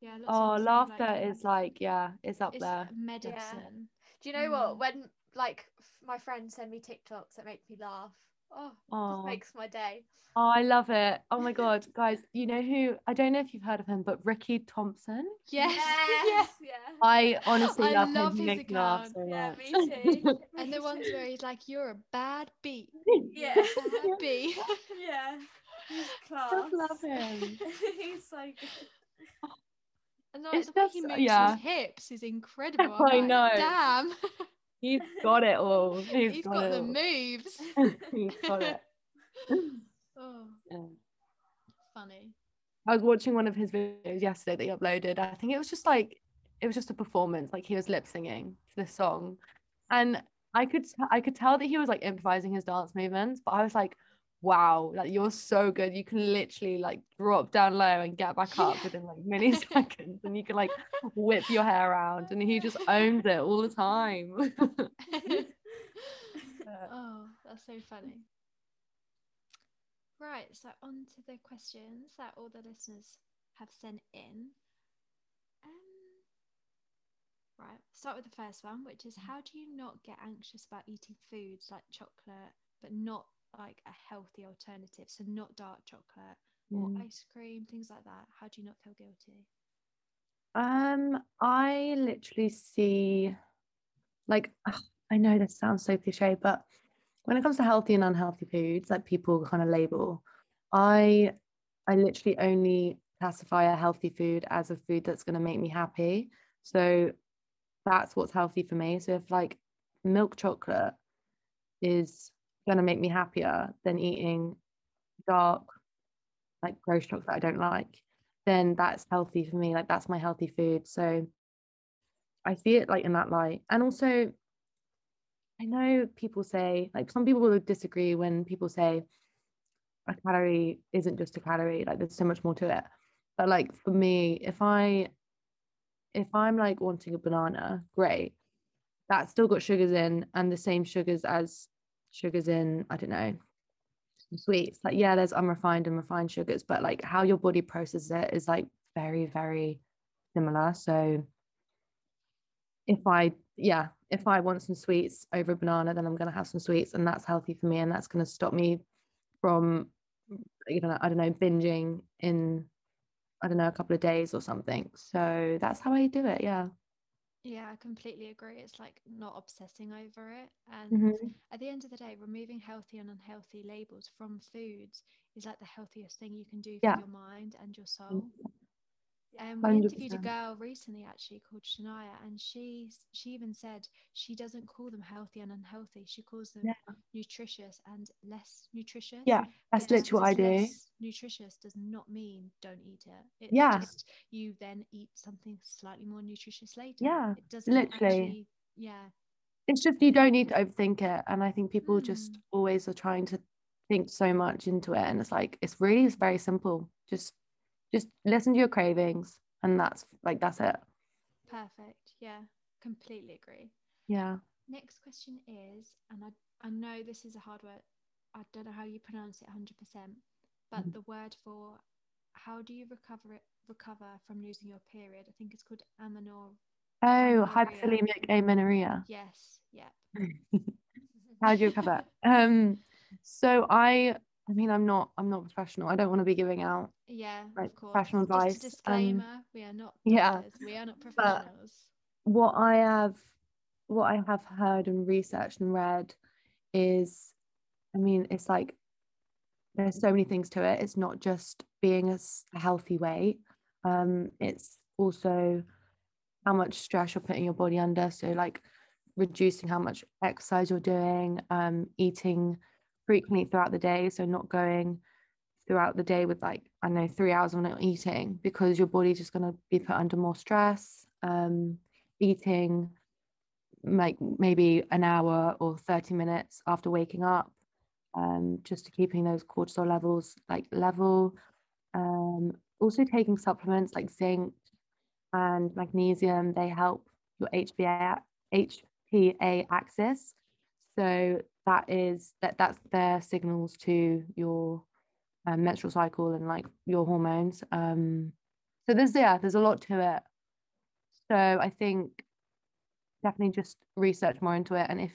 Yeah. lots of Oh, people say, laughter like, is like, yeah, it's up it's um, there. <laughs> medicine. Do you know what? Mm. When like f- my friends send me TikToks that make me laugh, oh, it Oh, just makes my day. oh, I love it. Oh my god, guys, you know who? I don't know if you've heard of him, but Ricky Thompson. Yes. Yes. <laughs> Yeah. I honestly I love, love him. He his makes me laugh account. so Yeah, much. me too. <laughs> <laughs> And Me the ones too. where he's like, you're a bad bee. <laughs> Yeah. <laughs> Bad bee. Yeah. He's <laughs> class. Just love him. <laughs> He's so good. And like, It's the way he just- uh, moves yeah. his hips <laughs> is incredible. I'm I like, know. Damn, <laughs> He's got it all. he's got, it the all. <laughs> moves. He's <laughs> got it. Oh, Yeah. <laughs> funny. <laughs> I was watching one of his videos yesterday that he uploaded. I think it was just like it was just a performance, like he was lip singing to this song, and I could t- I could tell that he was like improvising his dance movements, but I was like, wow, like you're so good. You can literally like drop down low and get back up Yeah. within like milliseconds, and you can like whip your hair around, and he just owns it all the time. <laughs> <laughs> oh, that's so funny. Right, so on to the questions that all the listeners have sent in. Um, right, start with the first one, which is how do you not get anxious about eating foods like chocolate, but not like a healthy alternative? So, not dark chocolate or Mm. ice cream, things like that. How do you not feel guilty? Um, I literally see, like, ugh, I know this sounds so cliche, but when it comes to healthy and unhealthy foods, like people kind of label, I, I literally only classify a healthy food as a food that's going to make me happy. So that's what's healthy for me. So if like milk chocolate is going to make me happier than eating dark, like gross chocolate I don't like, then that's healthy for me. Like that's my healthy food. So I see it like in that light. And also, I know people say, like some people will disagree when people say a calorie isn't just a calorie, like there's so much more to it. But like for me, if I if I'm like wanting a banana, great. That's still got sugars in and the same sugars as sugars in, I don't know, sweets. Like, yeah, there's unrefined and refined sugars, but like how your body processes it is like very, very similar. So if I, yeah, if I want some sweets over a banana, then I'm going to have some sweets and that's healthy for me. And that's going to stop me from, you know, I don't know, binging in, I don't know, a couple of days or something. So that's how I do it. Yeah. Yeah, I completely agree. It's like not obsessing over it. And Mhm. at the end of the day, removing healthy and unhealthy labels from foods is like the healthiest thing you can do for Yeah. your mind and your soul. Yeah. Um, we interviewed a 100%. girl recently actually called Shania, and she she even said she doesn't call them healthy and unhealthy. She calls them Yeah. nutritious and less nutritious. Yeah, That's But just literally what I 'cause it's do. less Nutritious does not mean don't eat it. It's Yeah. just you then eat something slightly more nutritious later. Yeah, It doesn't literally. actually. Yeah. It's just you don't need to overthink it. And I think people just Mm. always are trying to think so much into it. And it's like, it's really it's very simple. Just just listen to your cravings and that's like that's it. Perfect. Yeah. Completely agree. Yeah. Next question is, and I, I know this is a hard word. I don't know how you pronounce it 100%, but Mhm. the word for how do you recover it, recover from losing your period? I think it's called amenor. Oh, Amenorrhea. hypothalamic amenorrhea. Yes. Yep. <laughs> How do you recover? um, so I, I mean, I'm not, I'm not professional. I don't want to be giving out. Yeah. Like, of course. professional Just a advice, um, disclaimer: we are not. yeah, doctors, We are not professionals. What I have, what I have heard and researched and read is, I mean, it's like there's so many things to it. It's not just being a s- a healthy weight. Um, it's also how much stress you're putting your body under. So like reducing how much exercise you're doing, um, eating frequently throughout the day. So not going throughout the day with like, I don't know, three hours of not eating because your body's just gonna be put under more stress. Um, eating like maybe an hour or 30 minutes after waking up um, just to keeping those cortisol levels like level. Um, also taking supplements like zinc and magnesium, they help your HPA, HPA axis. So that is that that's their signals to your um, menstrual cycle and like your hormones. Um, so there's yeah, there's a lot to it. So I think definitely just research more into it, and if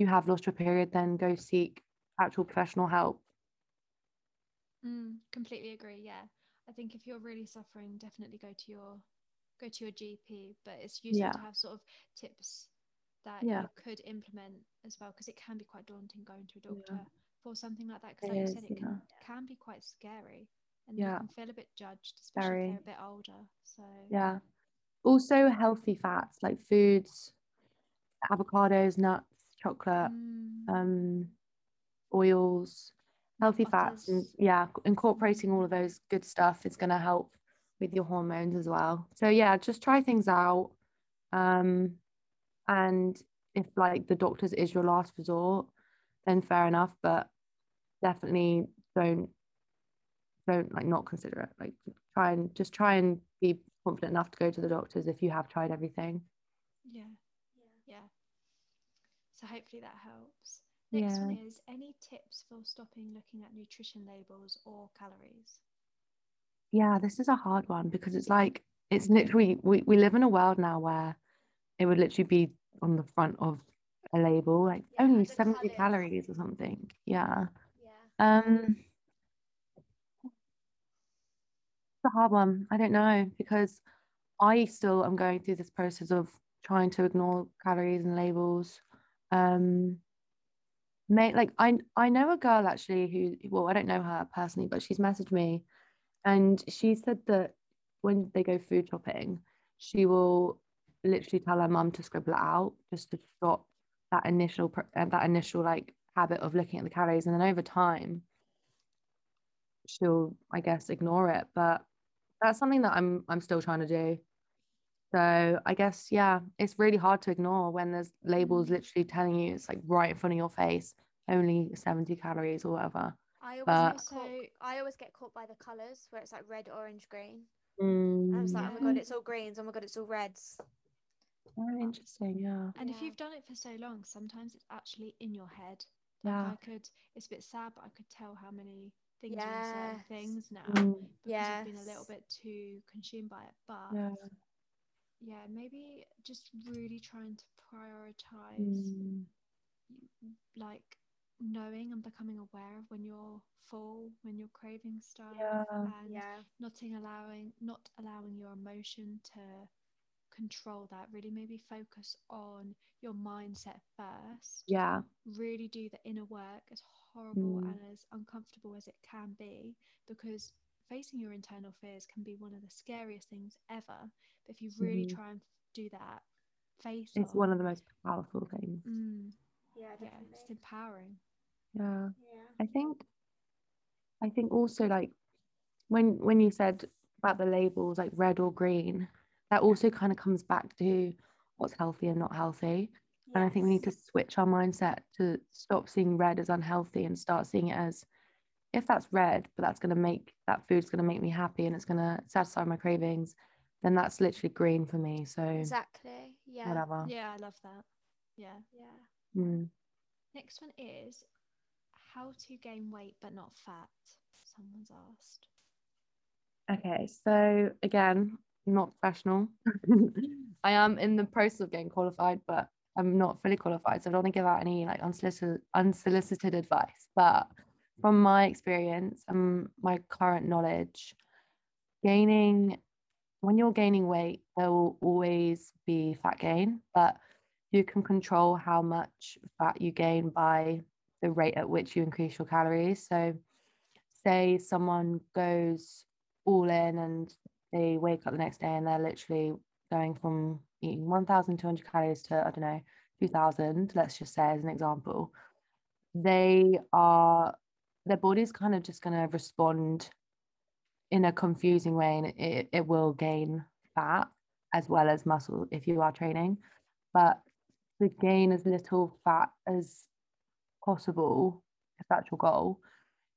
you have lost your period, then go seek actual professional help. Mm, completely agree. Yeah, I think if you're really suffering, definitely go to your go to your GP. But it's useful Yeah. to have sort of tips that Yeah. you could implement as well, because it can be quite daunting going to a Yeah. doctor for something like that. It Because, like you is, said, it yeah. can can be quite scary, and Yeah. you can feel a bit judged, especially Very. if they're a bit older. So Yeah. Also healthy fats like foods, avocados, nuts, chocolate, Mm, um, oils, healthy fats, and butters. yeah, incorporating all of those good stuff is going to help with your hormones as well. So yeah, just try things out. Um, and if like the doctors is your last resort, then fair enough, but definitely don't don't like not consider it. Like try and just try and be confident enough to go to the doctors if you have tried everything. yeah, yeah. So hopefully that helps. Yeah. Next one is any tips for stopping looking at nutrition labels or calories? Yeah, this is a hard one because it's like it's literally we, we live in a world now where it would literally be on the front of a label, like Yeah, only the 70 colours. calories or something. Yeah. Yeah. Um it's a hard one. I don't know because I still am going through this process of trying to ignore calories and labels. Um mate like I I know a girl actually who well, I don't know her personally, but she's messaged me and she said that when they go food shopping, she will literally tell her mum to scribble it out just to stop that initial pr- uh, that initial like habit of looking at the calories, and then over time, she'll I guess ignore it. But that's something that I'm I'm still trying to do. So I guess yeah, it's really hard to ignore when there's labels Mm. literally telling you it's like right in front of your face, only seventy calories or whatever. I always But- get caught, So- I always get caught by the colours where it's like red, orange, green. I was Mm. like, oh my god, it's all greens. Oh my god, it's all reds. Very interesting, yeah. And if Yeah. you've done it for so long, sometimes it's actually in your head Like, Yeah. I could. It's a bit sad, but I could tell how many things are in certain Yes. things now Mm, because I've been a little Yes. bit too consumed by it. But yeah. yeah, maybe just really trying to prioritize Mm, like knowing and becoming aware of when you're full, when you're craving stuff, Yeah. and Yeah. not in allowing not allowing your emotion to control that. Really, maybe focus on your mindset first. yeah. Really do the inner work as horrible Mm. and as uncomfortable as it can be, because facing your internal fears can be one of the scariest things ever. But if you really Mhm. try and do that, face It's one of the most powerful things. Mm, Yeah, yeah, definitely. it's empowering. Yeah. Yeah. I think I think also like when when you said about the labels like red or green, that also kind of comes back to what's healthy and not healthy. And I think we need to Yes. switch our mindset to stop seeing red as unhealthy and start seeing it as if that's red, but that's going to make that food's going to make me happy and it's going to satisfy my cravings, then that's literally green for me. So Exactly. Yeah. whatever. Yeah, I love that. Yeah. Yeah. Mm. Next one is how to gain weight but not fat. Someone's asked. Okay, so again, not professional. <laughs> I am in the process of getting qualified, but I'm not fully qualified, so I don't want to give out any like unsolicited unsolicited advice. But from my experience and my current knowledge, gaining when you're gaining weight, there will always be fat gain, but you can control how much fat you gain by the rate at which you increase your calories. So, say someone goes all in and they wake up the next day and they're literally going from eating 1,200 calories to, I don't know, 2,000, let's just say as an example, they are, their body's kind of just going to respond in a confusing way and it, it will gain fat as well as muscle if you are training. But to gain as little fat as possible, if that's your goal,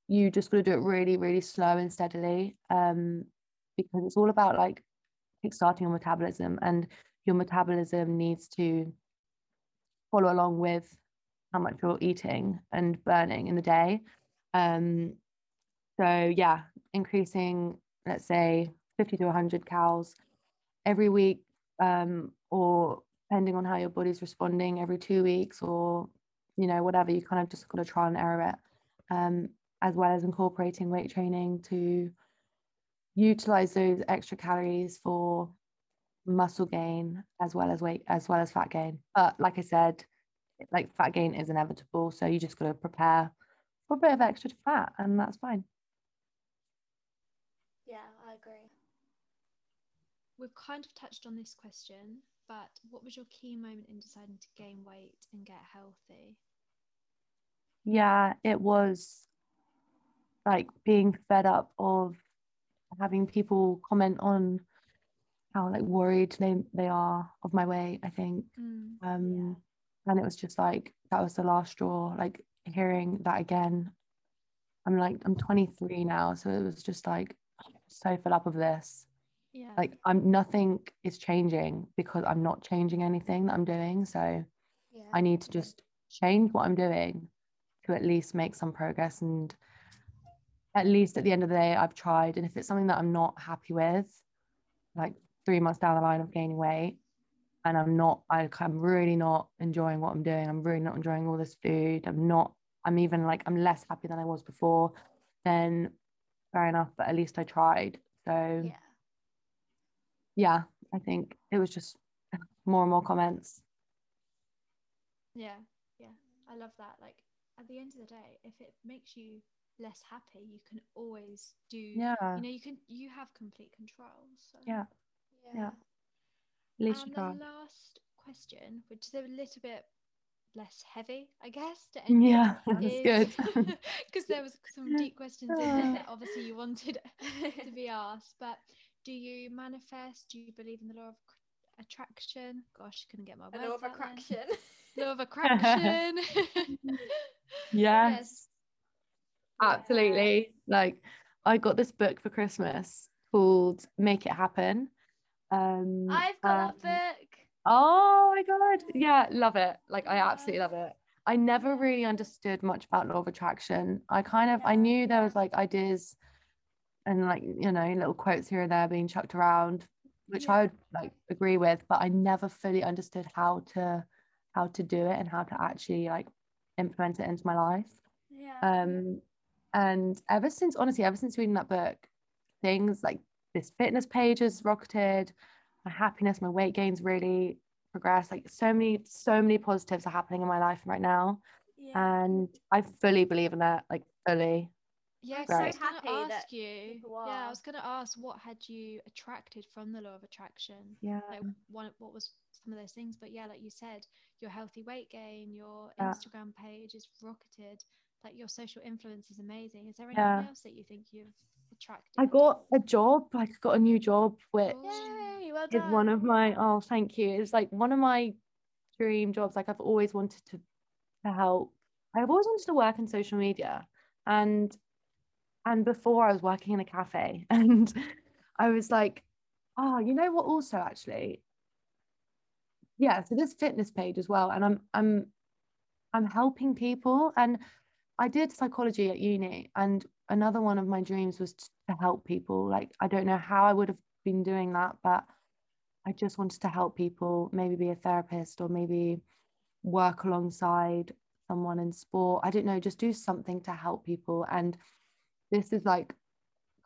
you just got to do it really, really slow and steadily um, because it's all about like kickstarting your metabolism and your metabolism needs to follow along with how much you're eating and burning in the day. Um, so, yeah, increasing, let's say, 50 to 100 calories every week um, or depending on how your body's responding every two weeks or, you know, whatever, you kind of just got to trial and error it. Um, as well as incorporating weight training to utilize those extra calories for muscle gain as well as weight as well as fat gain but like i said like fat gain is inevitable so you just got to prepare for a bit of extra fat and that's fine Yeah, I agree. We've kind of touched on this question, but what was your key moment in deciding to gain weight and get healthy? yeah it was like being fed up of having people comment on how like worried they, they are of my weight i think Mm, um and it was just like that was the last straw like hearing that again i'm like i'm 23 now so it was just like so fed up of this yeah. like i'm nothing is changing because i'm not changing anything that i'm doing so Yeah. i need to just change what i'm doing to at least make some progress and at least at the end of the day i've tried and if it's something that i'm not happy with like three months down the line of gaining weight and i'm not I, i'm really not enjoying what i'm doing i'm really not enjoying all this food i'm not i'm even like i'm less happy than i was before then fair enough but at least i tried so Yeah. yeah i think it was just <laughs> more and more comments Yeah, yeah. I love that. Like at the end of the day, if it makes you less happy, you can always do yeah you at know, you can you have complete control. So Yeah. Yeah. <laughs> Yeah. least you and tried the last question, which is a little bit less heavy, I guess, to end with, yeah that's is- <laughs> good because there was some <laughs> deep questions in there that obviously you wanted <laughs> to be asked. But do you manifest? Do you believe in the law of c- attraction? Gosh, couldn't get my A words law out of then. attraction. <laughs> Law <laughs> of attraction. Mm-hmm. <laughs> yes Yeah. Absolutely. Like I got this book for Christmas called Make It Happen. Um I've got and- that book. Oh my god. Yeah, love it. Like I absolutely love it. I never really understood much about law of attraction. I kind of I Yeah. knew there was like ideas and like you know little quotes here and there being chucked around, which I Yeah. would like agree with, but I never fully understood how to how to do it and how to actually like implement it into my life. Yeah. Um, and ever since, honestly, ever since reading that book, things like this fitness page has rocketed, my happiness, my weight gain's really progressed. Like so many, so many positives are happening in my life right now. yeah. And I fully believe in that, like fully. Yeah, I'm 'cause I Right. was so going to happy that ask you. people Yeah, I are. was going to ask what had you attracted from the law of attraction? Yeah. Like, what, what was some of those things? But yeah, like you said, your healthy weight gain, your Yeah. Instagram page is rocketed. Like, your social influence is amazing. Is there anything Yeah. else that you think you've attracted? I got a job, like I got a new job, which Ooh. Yay! Well is done. one of my oh thank you it's like one of my dream jobs like i've always wanted to to help i've always wanted to work in social media and and before i was working in a cafe <laughs> and i was like oh you know what also actually yeah so this fitness page as well and i'm i'm i'm helping people and i did psychology at uni and another one of my dreams was t- to help people like i don't know how i would have been doing that but I just wanted to help people, maybe be a therapist or maybe work alongside someone in sport. I don't know, just do something to help people. And this is like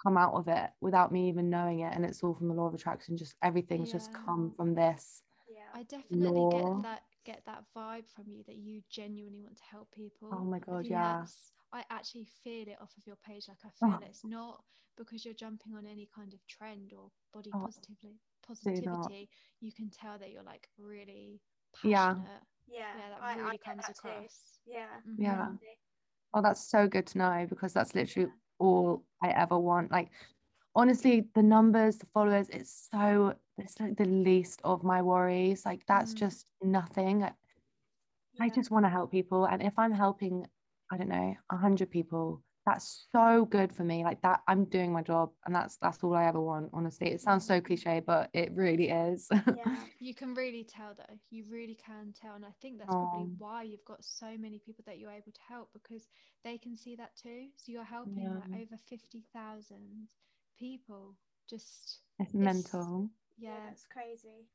come out of it without me even knowing it. And it's all from the law of attraction. Just everything's just Yeah. come from this. Yeah. I definitely Law. get that get that vibe from you that you genuinely want to help people. Oh my I God, think yeah. that's- I actually feel it off of your page. Like I Oh. feel it's not because you're jumping on any kind of trend or body Oh, positively absolutely not. positivity. You can tell that you're like really Yeah. passionate. Yeah. Yeah, that I, I really get comes that too. across. Yeah. Mhm. Yeah. definitely. Oh, that's so good to know because that's literally all I ever want. Like, honestly, the numbers, the followers, it's so, it's like the least of my worries. Like, that's Mm. just nothing. I, I Yeah. just want to help people. And if I'm helping, I don't know, 100 people, that's so good for me. Like, that I'm doing my job and that's, that's all I ever want. Honestly, it sounds so Mhm. cliche, but it really is. <laughs> <laughs> yeah. You can really tell though. You really can tell. And I think that's Oh. probably why you've got so many people that you're able to help because they can see that too. So you're helping Yeah. like over 50,000 people. Just, it's mental. Yeah. yeah. That's crazy.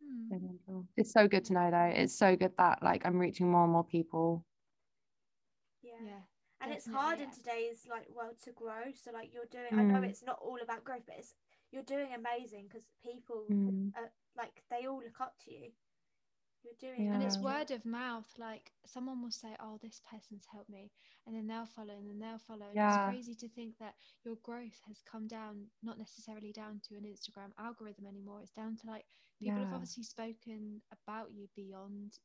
Hmm. So mental. It's so good to know, though. It's so good that, like, I'm reaching more and more people. Yeah. Yeah. and it's definitely, hard in yeah. today's like world to grow. So like you're doing. I know Mm. it's not all about growth, but it's you're doing amazing because people Mm. like they all look up to you. You're doing. Yeah. And it's amazing. word of mouth. Like someone will say, "Oh, this person's helped me," and then they'll follow, and then they'll follow. And Yeah. It's crazy to think that your growth has come down, not necessarily down to an Instagram algorithm anymore. It's down to like people have Yeah. obviously spoken about you beyond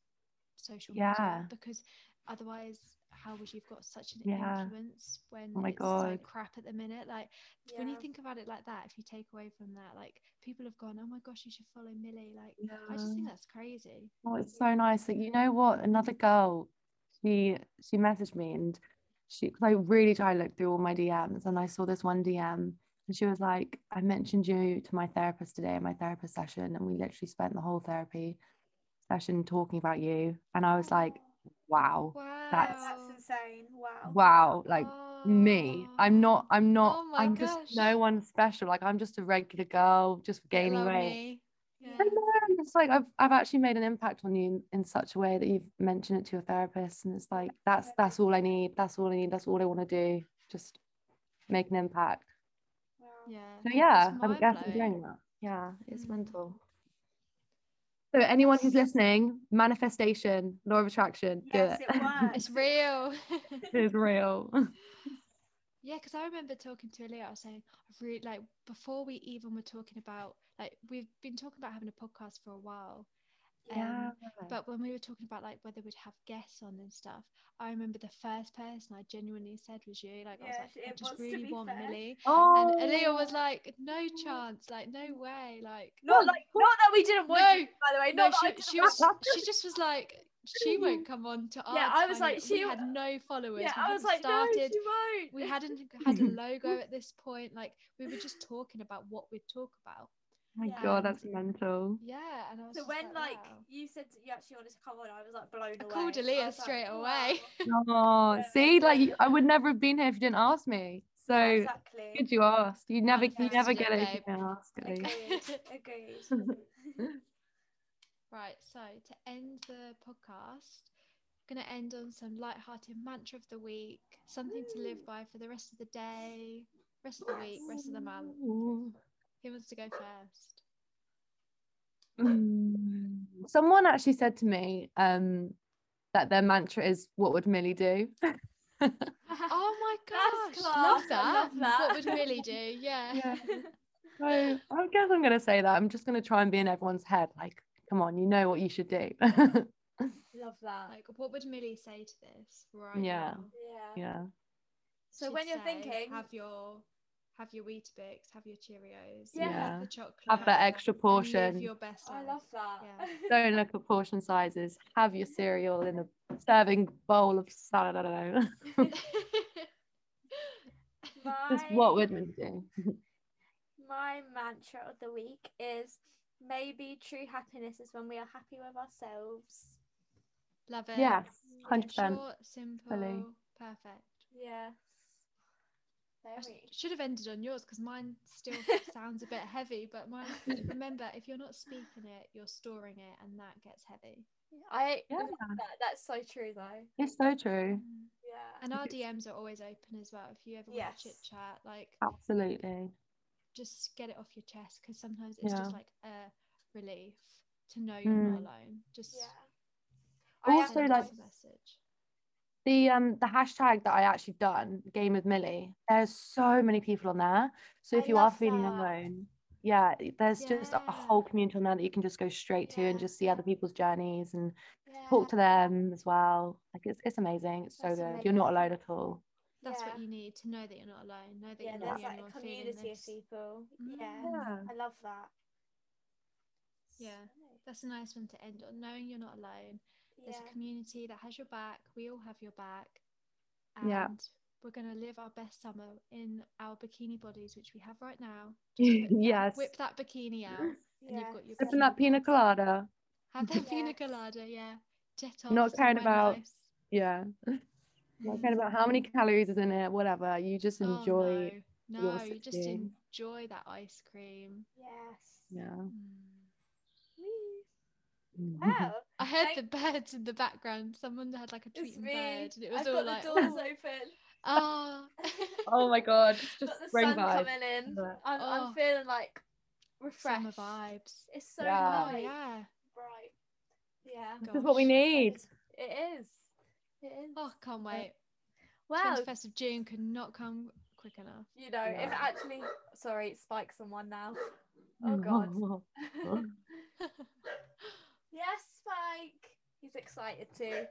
social Yeah. media because otherwise, how would you've got such an Yeah. influence when Oh my it's so God. crap at the minute? Like when you think about it like that, if you take away from that, like people have gone, "Oh my gosh, you should follow Millie." Like I just think that's crazy. Oh, it's so nice. Like, you know what? Another girl, she she messaged me and she 'cause I really tried to look through all my DMs and I saw this one DM and she was like, I mentioned you to my therapist today in my therapist session and we literally spent the whole therapy session talking about you. And I was like, wow, Wow. Oh. Wow, that's- that's insane. Wow. wow, like me. I'm not, I'm not, my I'm just gosh. no one special. Like I'm just a regular girl, just gaining weight. Yeah. I know. It's like I've I've actually made an impact on you in, in such a way that you've mentioned it to your therapist, and it's like that's that's all I need. That's all I need. That's all I want to do. Just make an impact. Wow. Yeah. So yeah, I'm mind guessing blowing. doing that. Yeah, it's Mm. mental. So anyone who's listening, manifestation, law of attraction, Yes, do <laughs> it works. It's real. <laughs> it is real. yeah, because I remember talking to Aaliyah, I was saying, I really like before we even were talking about like we've been talking about having a podcast for a while. um, Yeah. But when we were talking about like whether we'd have guests on and stuff, I remember the first person I genuinely said was you. Like I was Yeah, like, she- I it just wants to really be want fair. Millie. <laughs> oh, And Aaliyah was like, no chance, like no way, like Not like not that we didn't want No. you, by the way. No, Not that I she, didn't she want was she just was like she won't come on to us. Yeah, I was I mean, like, she- we had no followers. you. Yeah, we I was hadn't like, no, started. she won't. <laughs> we hadn't had a logo at this point. Like we were just talking about what we'd talk about, my Yeah. god, that's mental. Yeah, and I was So just when like wow. you said you actually wanted to come on, I was like blown I away. called I Aaliyah was like, straight wow. away. <laughs> Oh, Yeah. see, like you- I would never have been here if you didn't ask me. So Yeah, good exactly. you asked. You never, you Podcast, never yeah, get it if you babe. don't ask. Ellie. Agreed. <laughs> Agreed. Right, so to end the podcast, I'm gonna end on some light-hearted mantra of the week, something to live by for the rest of the day, rest of the week, rest of the month. Ooh. Who wants to go <laughs> first? Mm. Someone actually said to me um, that their mantra is "What would Millie do?" <laughs> Oh my That's gosh, love class, I that. love that. What would Millie do? <laughs> Yeah. So I guess I'm gonna say that. I'm just gonna try and be in everyone's head. Like, come on, you know what you should do. <laughs> Love that. Like, what would Millie say to this right Yeah. now? yeah. yeah. So She'd when you're say, thinking, have your, have your Weetabix, have your Cheerios, Yeah. have Yeah. the chocolate, Have that extra and live portion. your best I life. love that. <laughs> Don't look at portion sizes. Have your cereal in a serving bowl of salad. I don't know. <laughs> Just what would we do? my mantra of the week is maybe true happiness is when we are happy with ourselves. <laughs> Love it. Yes, hundred percent. Short, simple, Fully. perfect. Yes. I Very. sh- should have ended on yours because mine still <laughs> sounds a bit heavy, but mine, remember, if you're not speaking it, you're storing it, and that gets heavy. I Yeah. love that. That's so true though. It's so true. Yeah. And our It's- DMs are always open as well. If you ever want Yes. to chit chat, like Absolutely. just get it off your chest because sometimes it's just Yeah. like a relief to know you're not Mm. alone. Just Yeah. I Also, send am us like- a message. The um the hashtag that I actually done, Game with Millie, there's so many people on there. So I if you are love feeling that. alone, yeah, there's just a Yeah. whole community on there that you can just go straight to and Yeah. just see other people's journeys and yeah. talk to them as well. Like it's it's amazing. It's so That's good. You're not amazing. alone at all. That's yeah. what you need to know that you're not alone. Know that Yeah, you're not there's the like only a one feeling community of this. people. Yeah. Mm. I Yeah. love that. Yeah. So, That's a nice one to end on. Knowing you're not alone. There's a yeah. community that has your back. We all have your back. And Yeah. we're going to live our best summer in our bikini bodies, which we have right now. Just whip, <laughs> <laughs> yes. whip that bikini out. And Yeah. you've got your Sipping bikini that pina body. colada. <laughs> Have that Yeah. pina colada, yeah. Jet off. Not caring somewhere about- nice. Yeah. Not caring about how many calories is in it, whatever. You just Oh, enjoy. no, your no you just sixteen. enjoy that ice cream. Yes. Whee. Yeah. Wow. I heard Thank- the birds in the background. Someone had like a It's tweeting me. bird, and it was I've all got like, the doors oh, open. <laughs> ah. <laughs> Oh my god. Just got the spring sun vibe. coming in. Love it. I'm, Oh. I'm feeling like refreshed. summer vibes. It's so Yeah. Oh light, yeah. bright. Yeah. This is what we Gosh. need. It is. It is. Oh, can't wait. wow. Twenty first of June could not come quick enough. You know, if it Yeah. actually, sorry, spike someone now. Oh god. <laughs> <laughs> yes, Spike. He's excited too.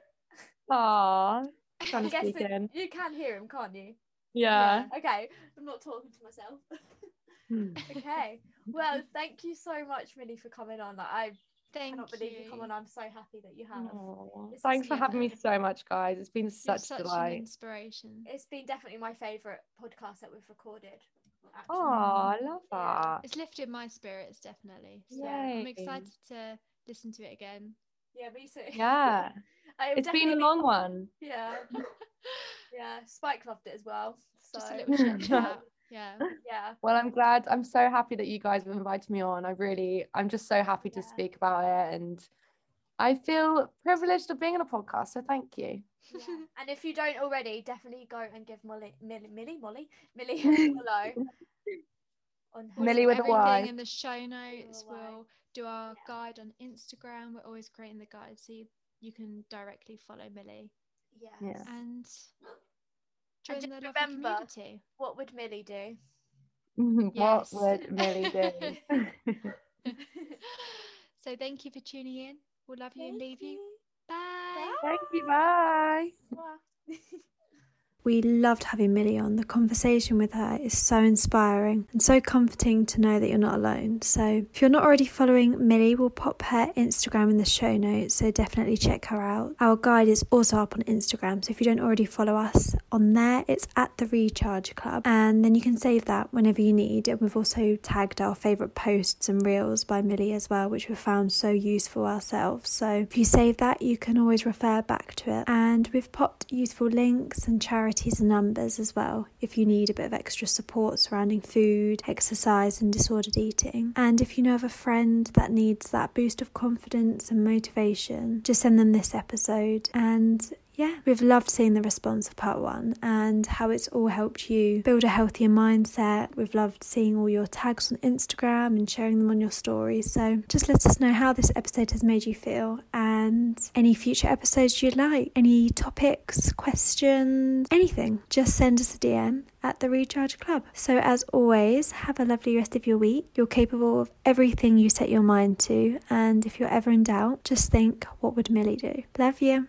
Aw, trying <laughs> I to guess sneak that in. you can hear him, can't you? Yeah. Okay, I'm not talking to myself. <laughs> okay. <laughs> Well, thank you so much, Minnie, for coming on. Like, I Thank cannot you. believe you come on. I'm so happy that you have. Aw, This Thanks is for having me yeah. so much, guys. It's been You're such, such an delight. inspiration. It's been definitely my favourite podcast that we've recorded. actually. Oh, I love Yeah. that. It's lifted my spirits definitely. So Yay. I'm excited <laughs> to listen to it again. Yeah, me too. <laughs> Yeah. I It's been a definitely- long one. <laughs> Yeah. yeah. Spike loved it as well. So Just a little chit <laughs> <laughs> chat. Yeah. yeah. Well, I'm glad. I'm so happy that you guys have invited me on. I really, I'm just so happy to Yeah. speak about it. And I feel privileged of being on a podcast. So thank you. <laughs> yeah. And if you don't already, definitely go and give Molly Millie Millie Molly <laughs> Millie a follow. On her Millie with a everything Y. in the show notes. Y. We'll do our Yeah. guide on Instagram. We're always creating the guide so you, you can directly follow Millie Yes. Yeah. and join just the lovely remember- <laughs> community. <laughs> What would Millie do? What Yes. would Millie <laughs> do? <laughs> so thank you for tuning in. We'll love you and Thank leave you. you. Bye. Bye. <laughs> Thank you. Bye. Mwah. We loved having Millie on. The conversation with her is so inspiring and so comforting to know that you're not alone. So, if you're not already following Millie, we'll pop her Instagram in the show notes, so definitely check her out. Our guide is also up on Instagram, so if you don't already follow us on there, it's at the Recharge Club, and then you can save that whenever you need. And we've also tagged our favourite posts and reels by Millie as well, which we've found so useful ourselves. So, if you save that, you can always refer back to it. And we've popped useful links and charities and numbers as well if you need a bit of extra support surrounding food, exercise, and disordered eating. And if you know of a friend that needs that boost of confidence and motivation, just send them this episode. And yeah, we've loved seeing the response of part one and how it's all helped you build a healthier mindset. We've loved seeing all your tags on Instagram and sharing them on your stories. So just let us know how this episode has made you feel and any future episodes you'd like, any topics, questions, anything. Just send us a DM at the Recharge Club. So, as always, have a lovely rest of your week. You're capable of everything you set your mind to, and if you're ever in doubt, just think what would Millie do? Love you.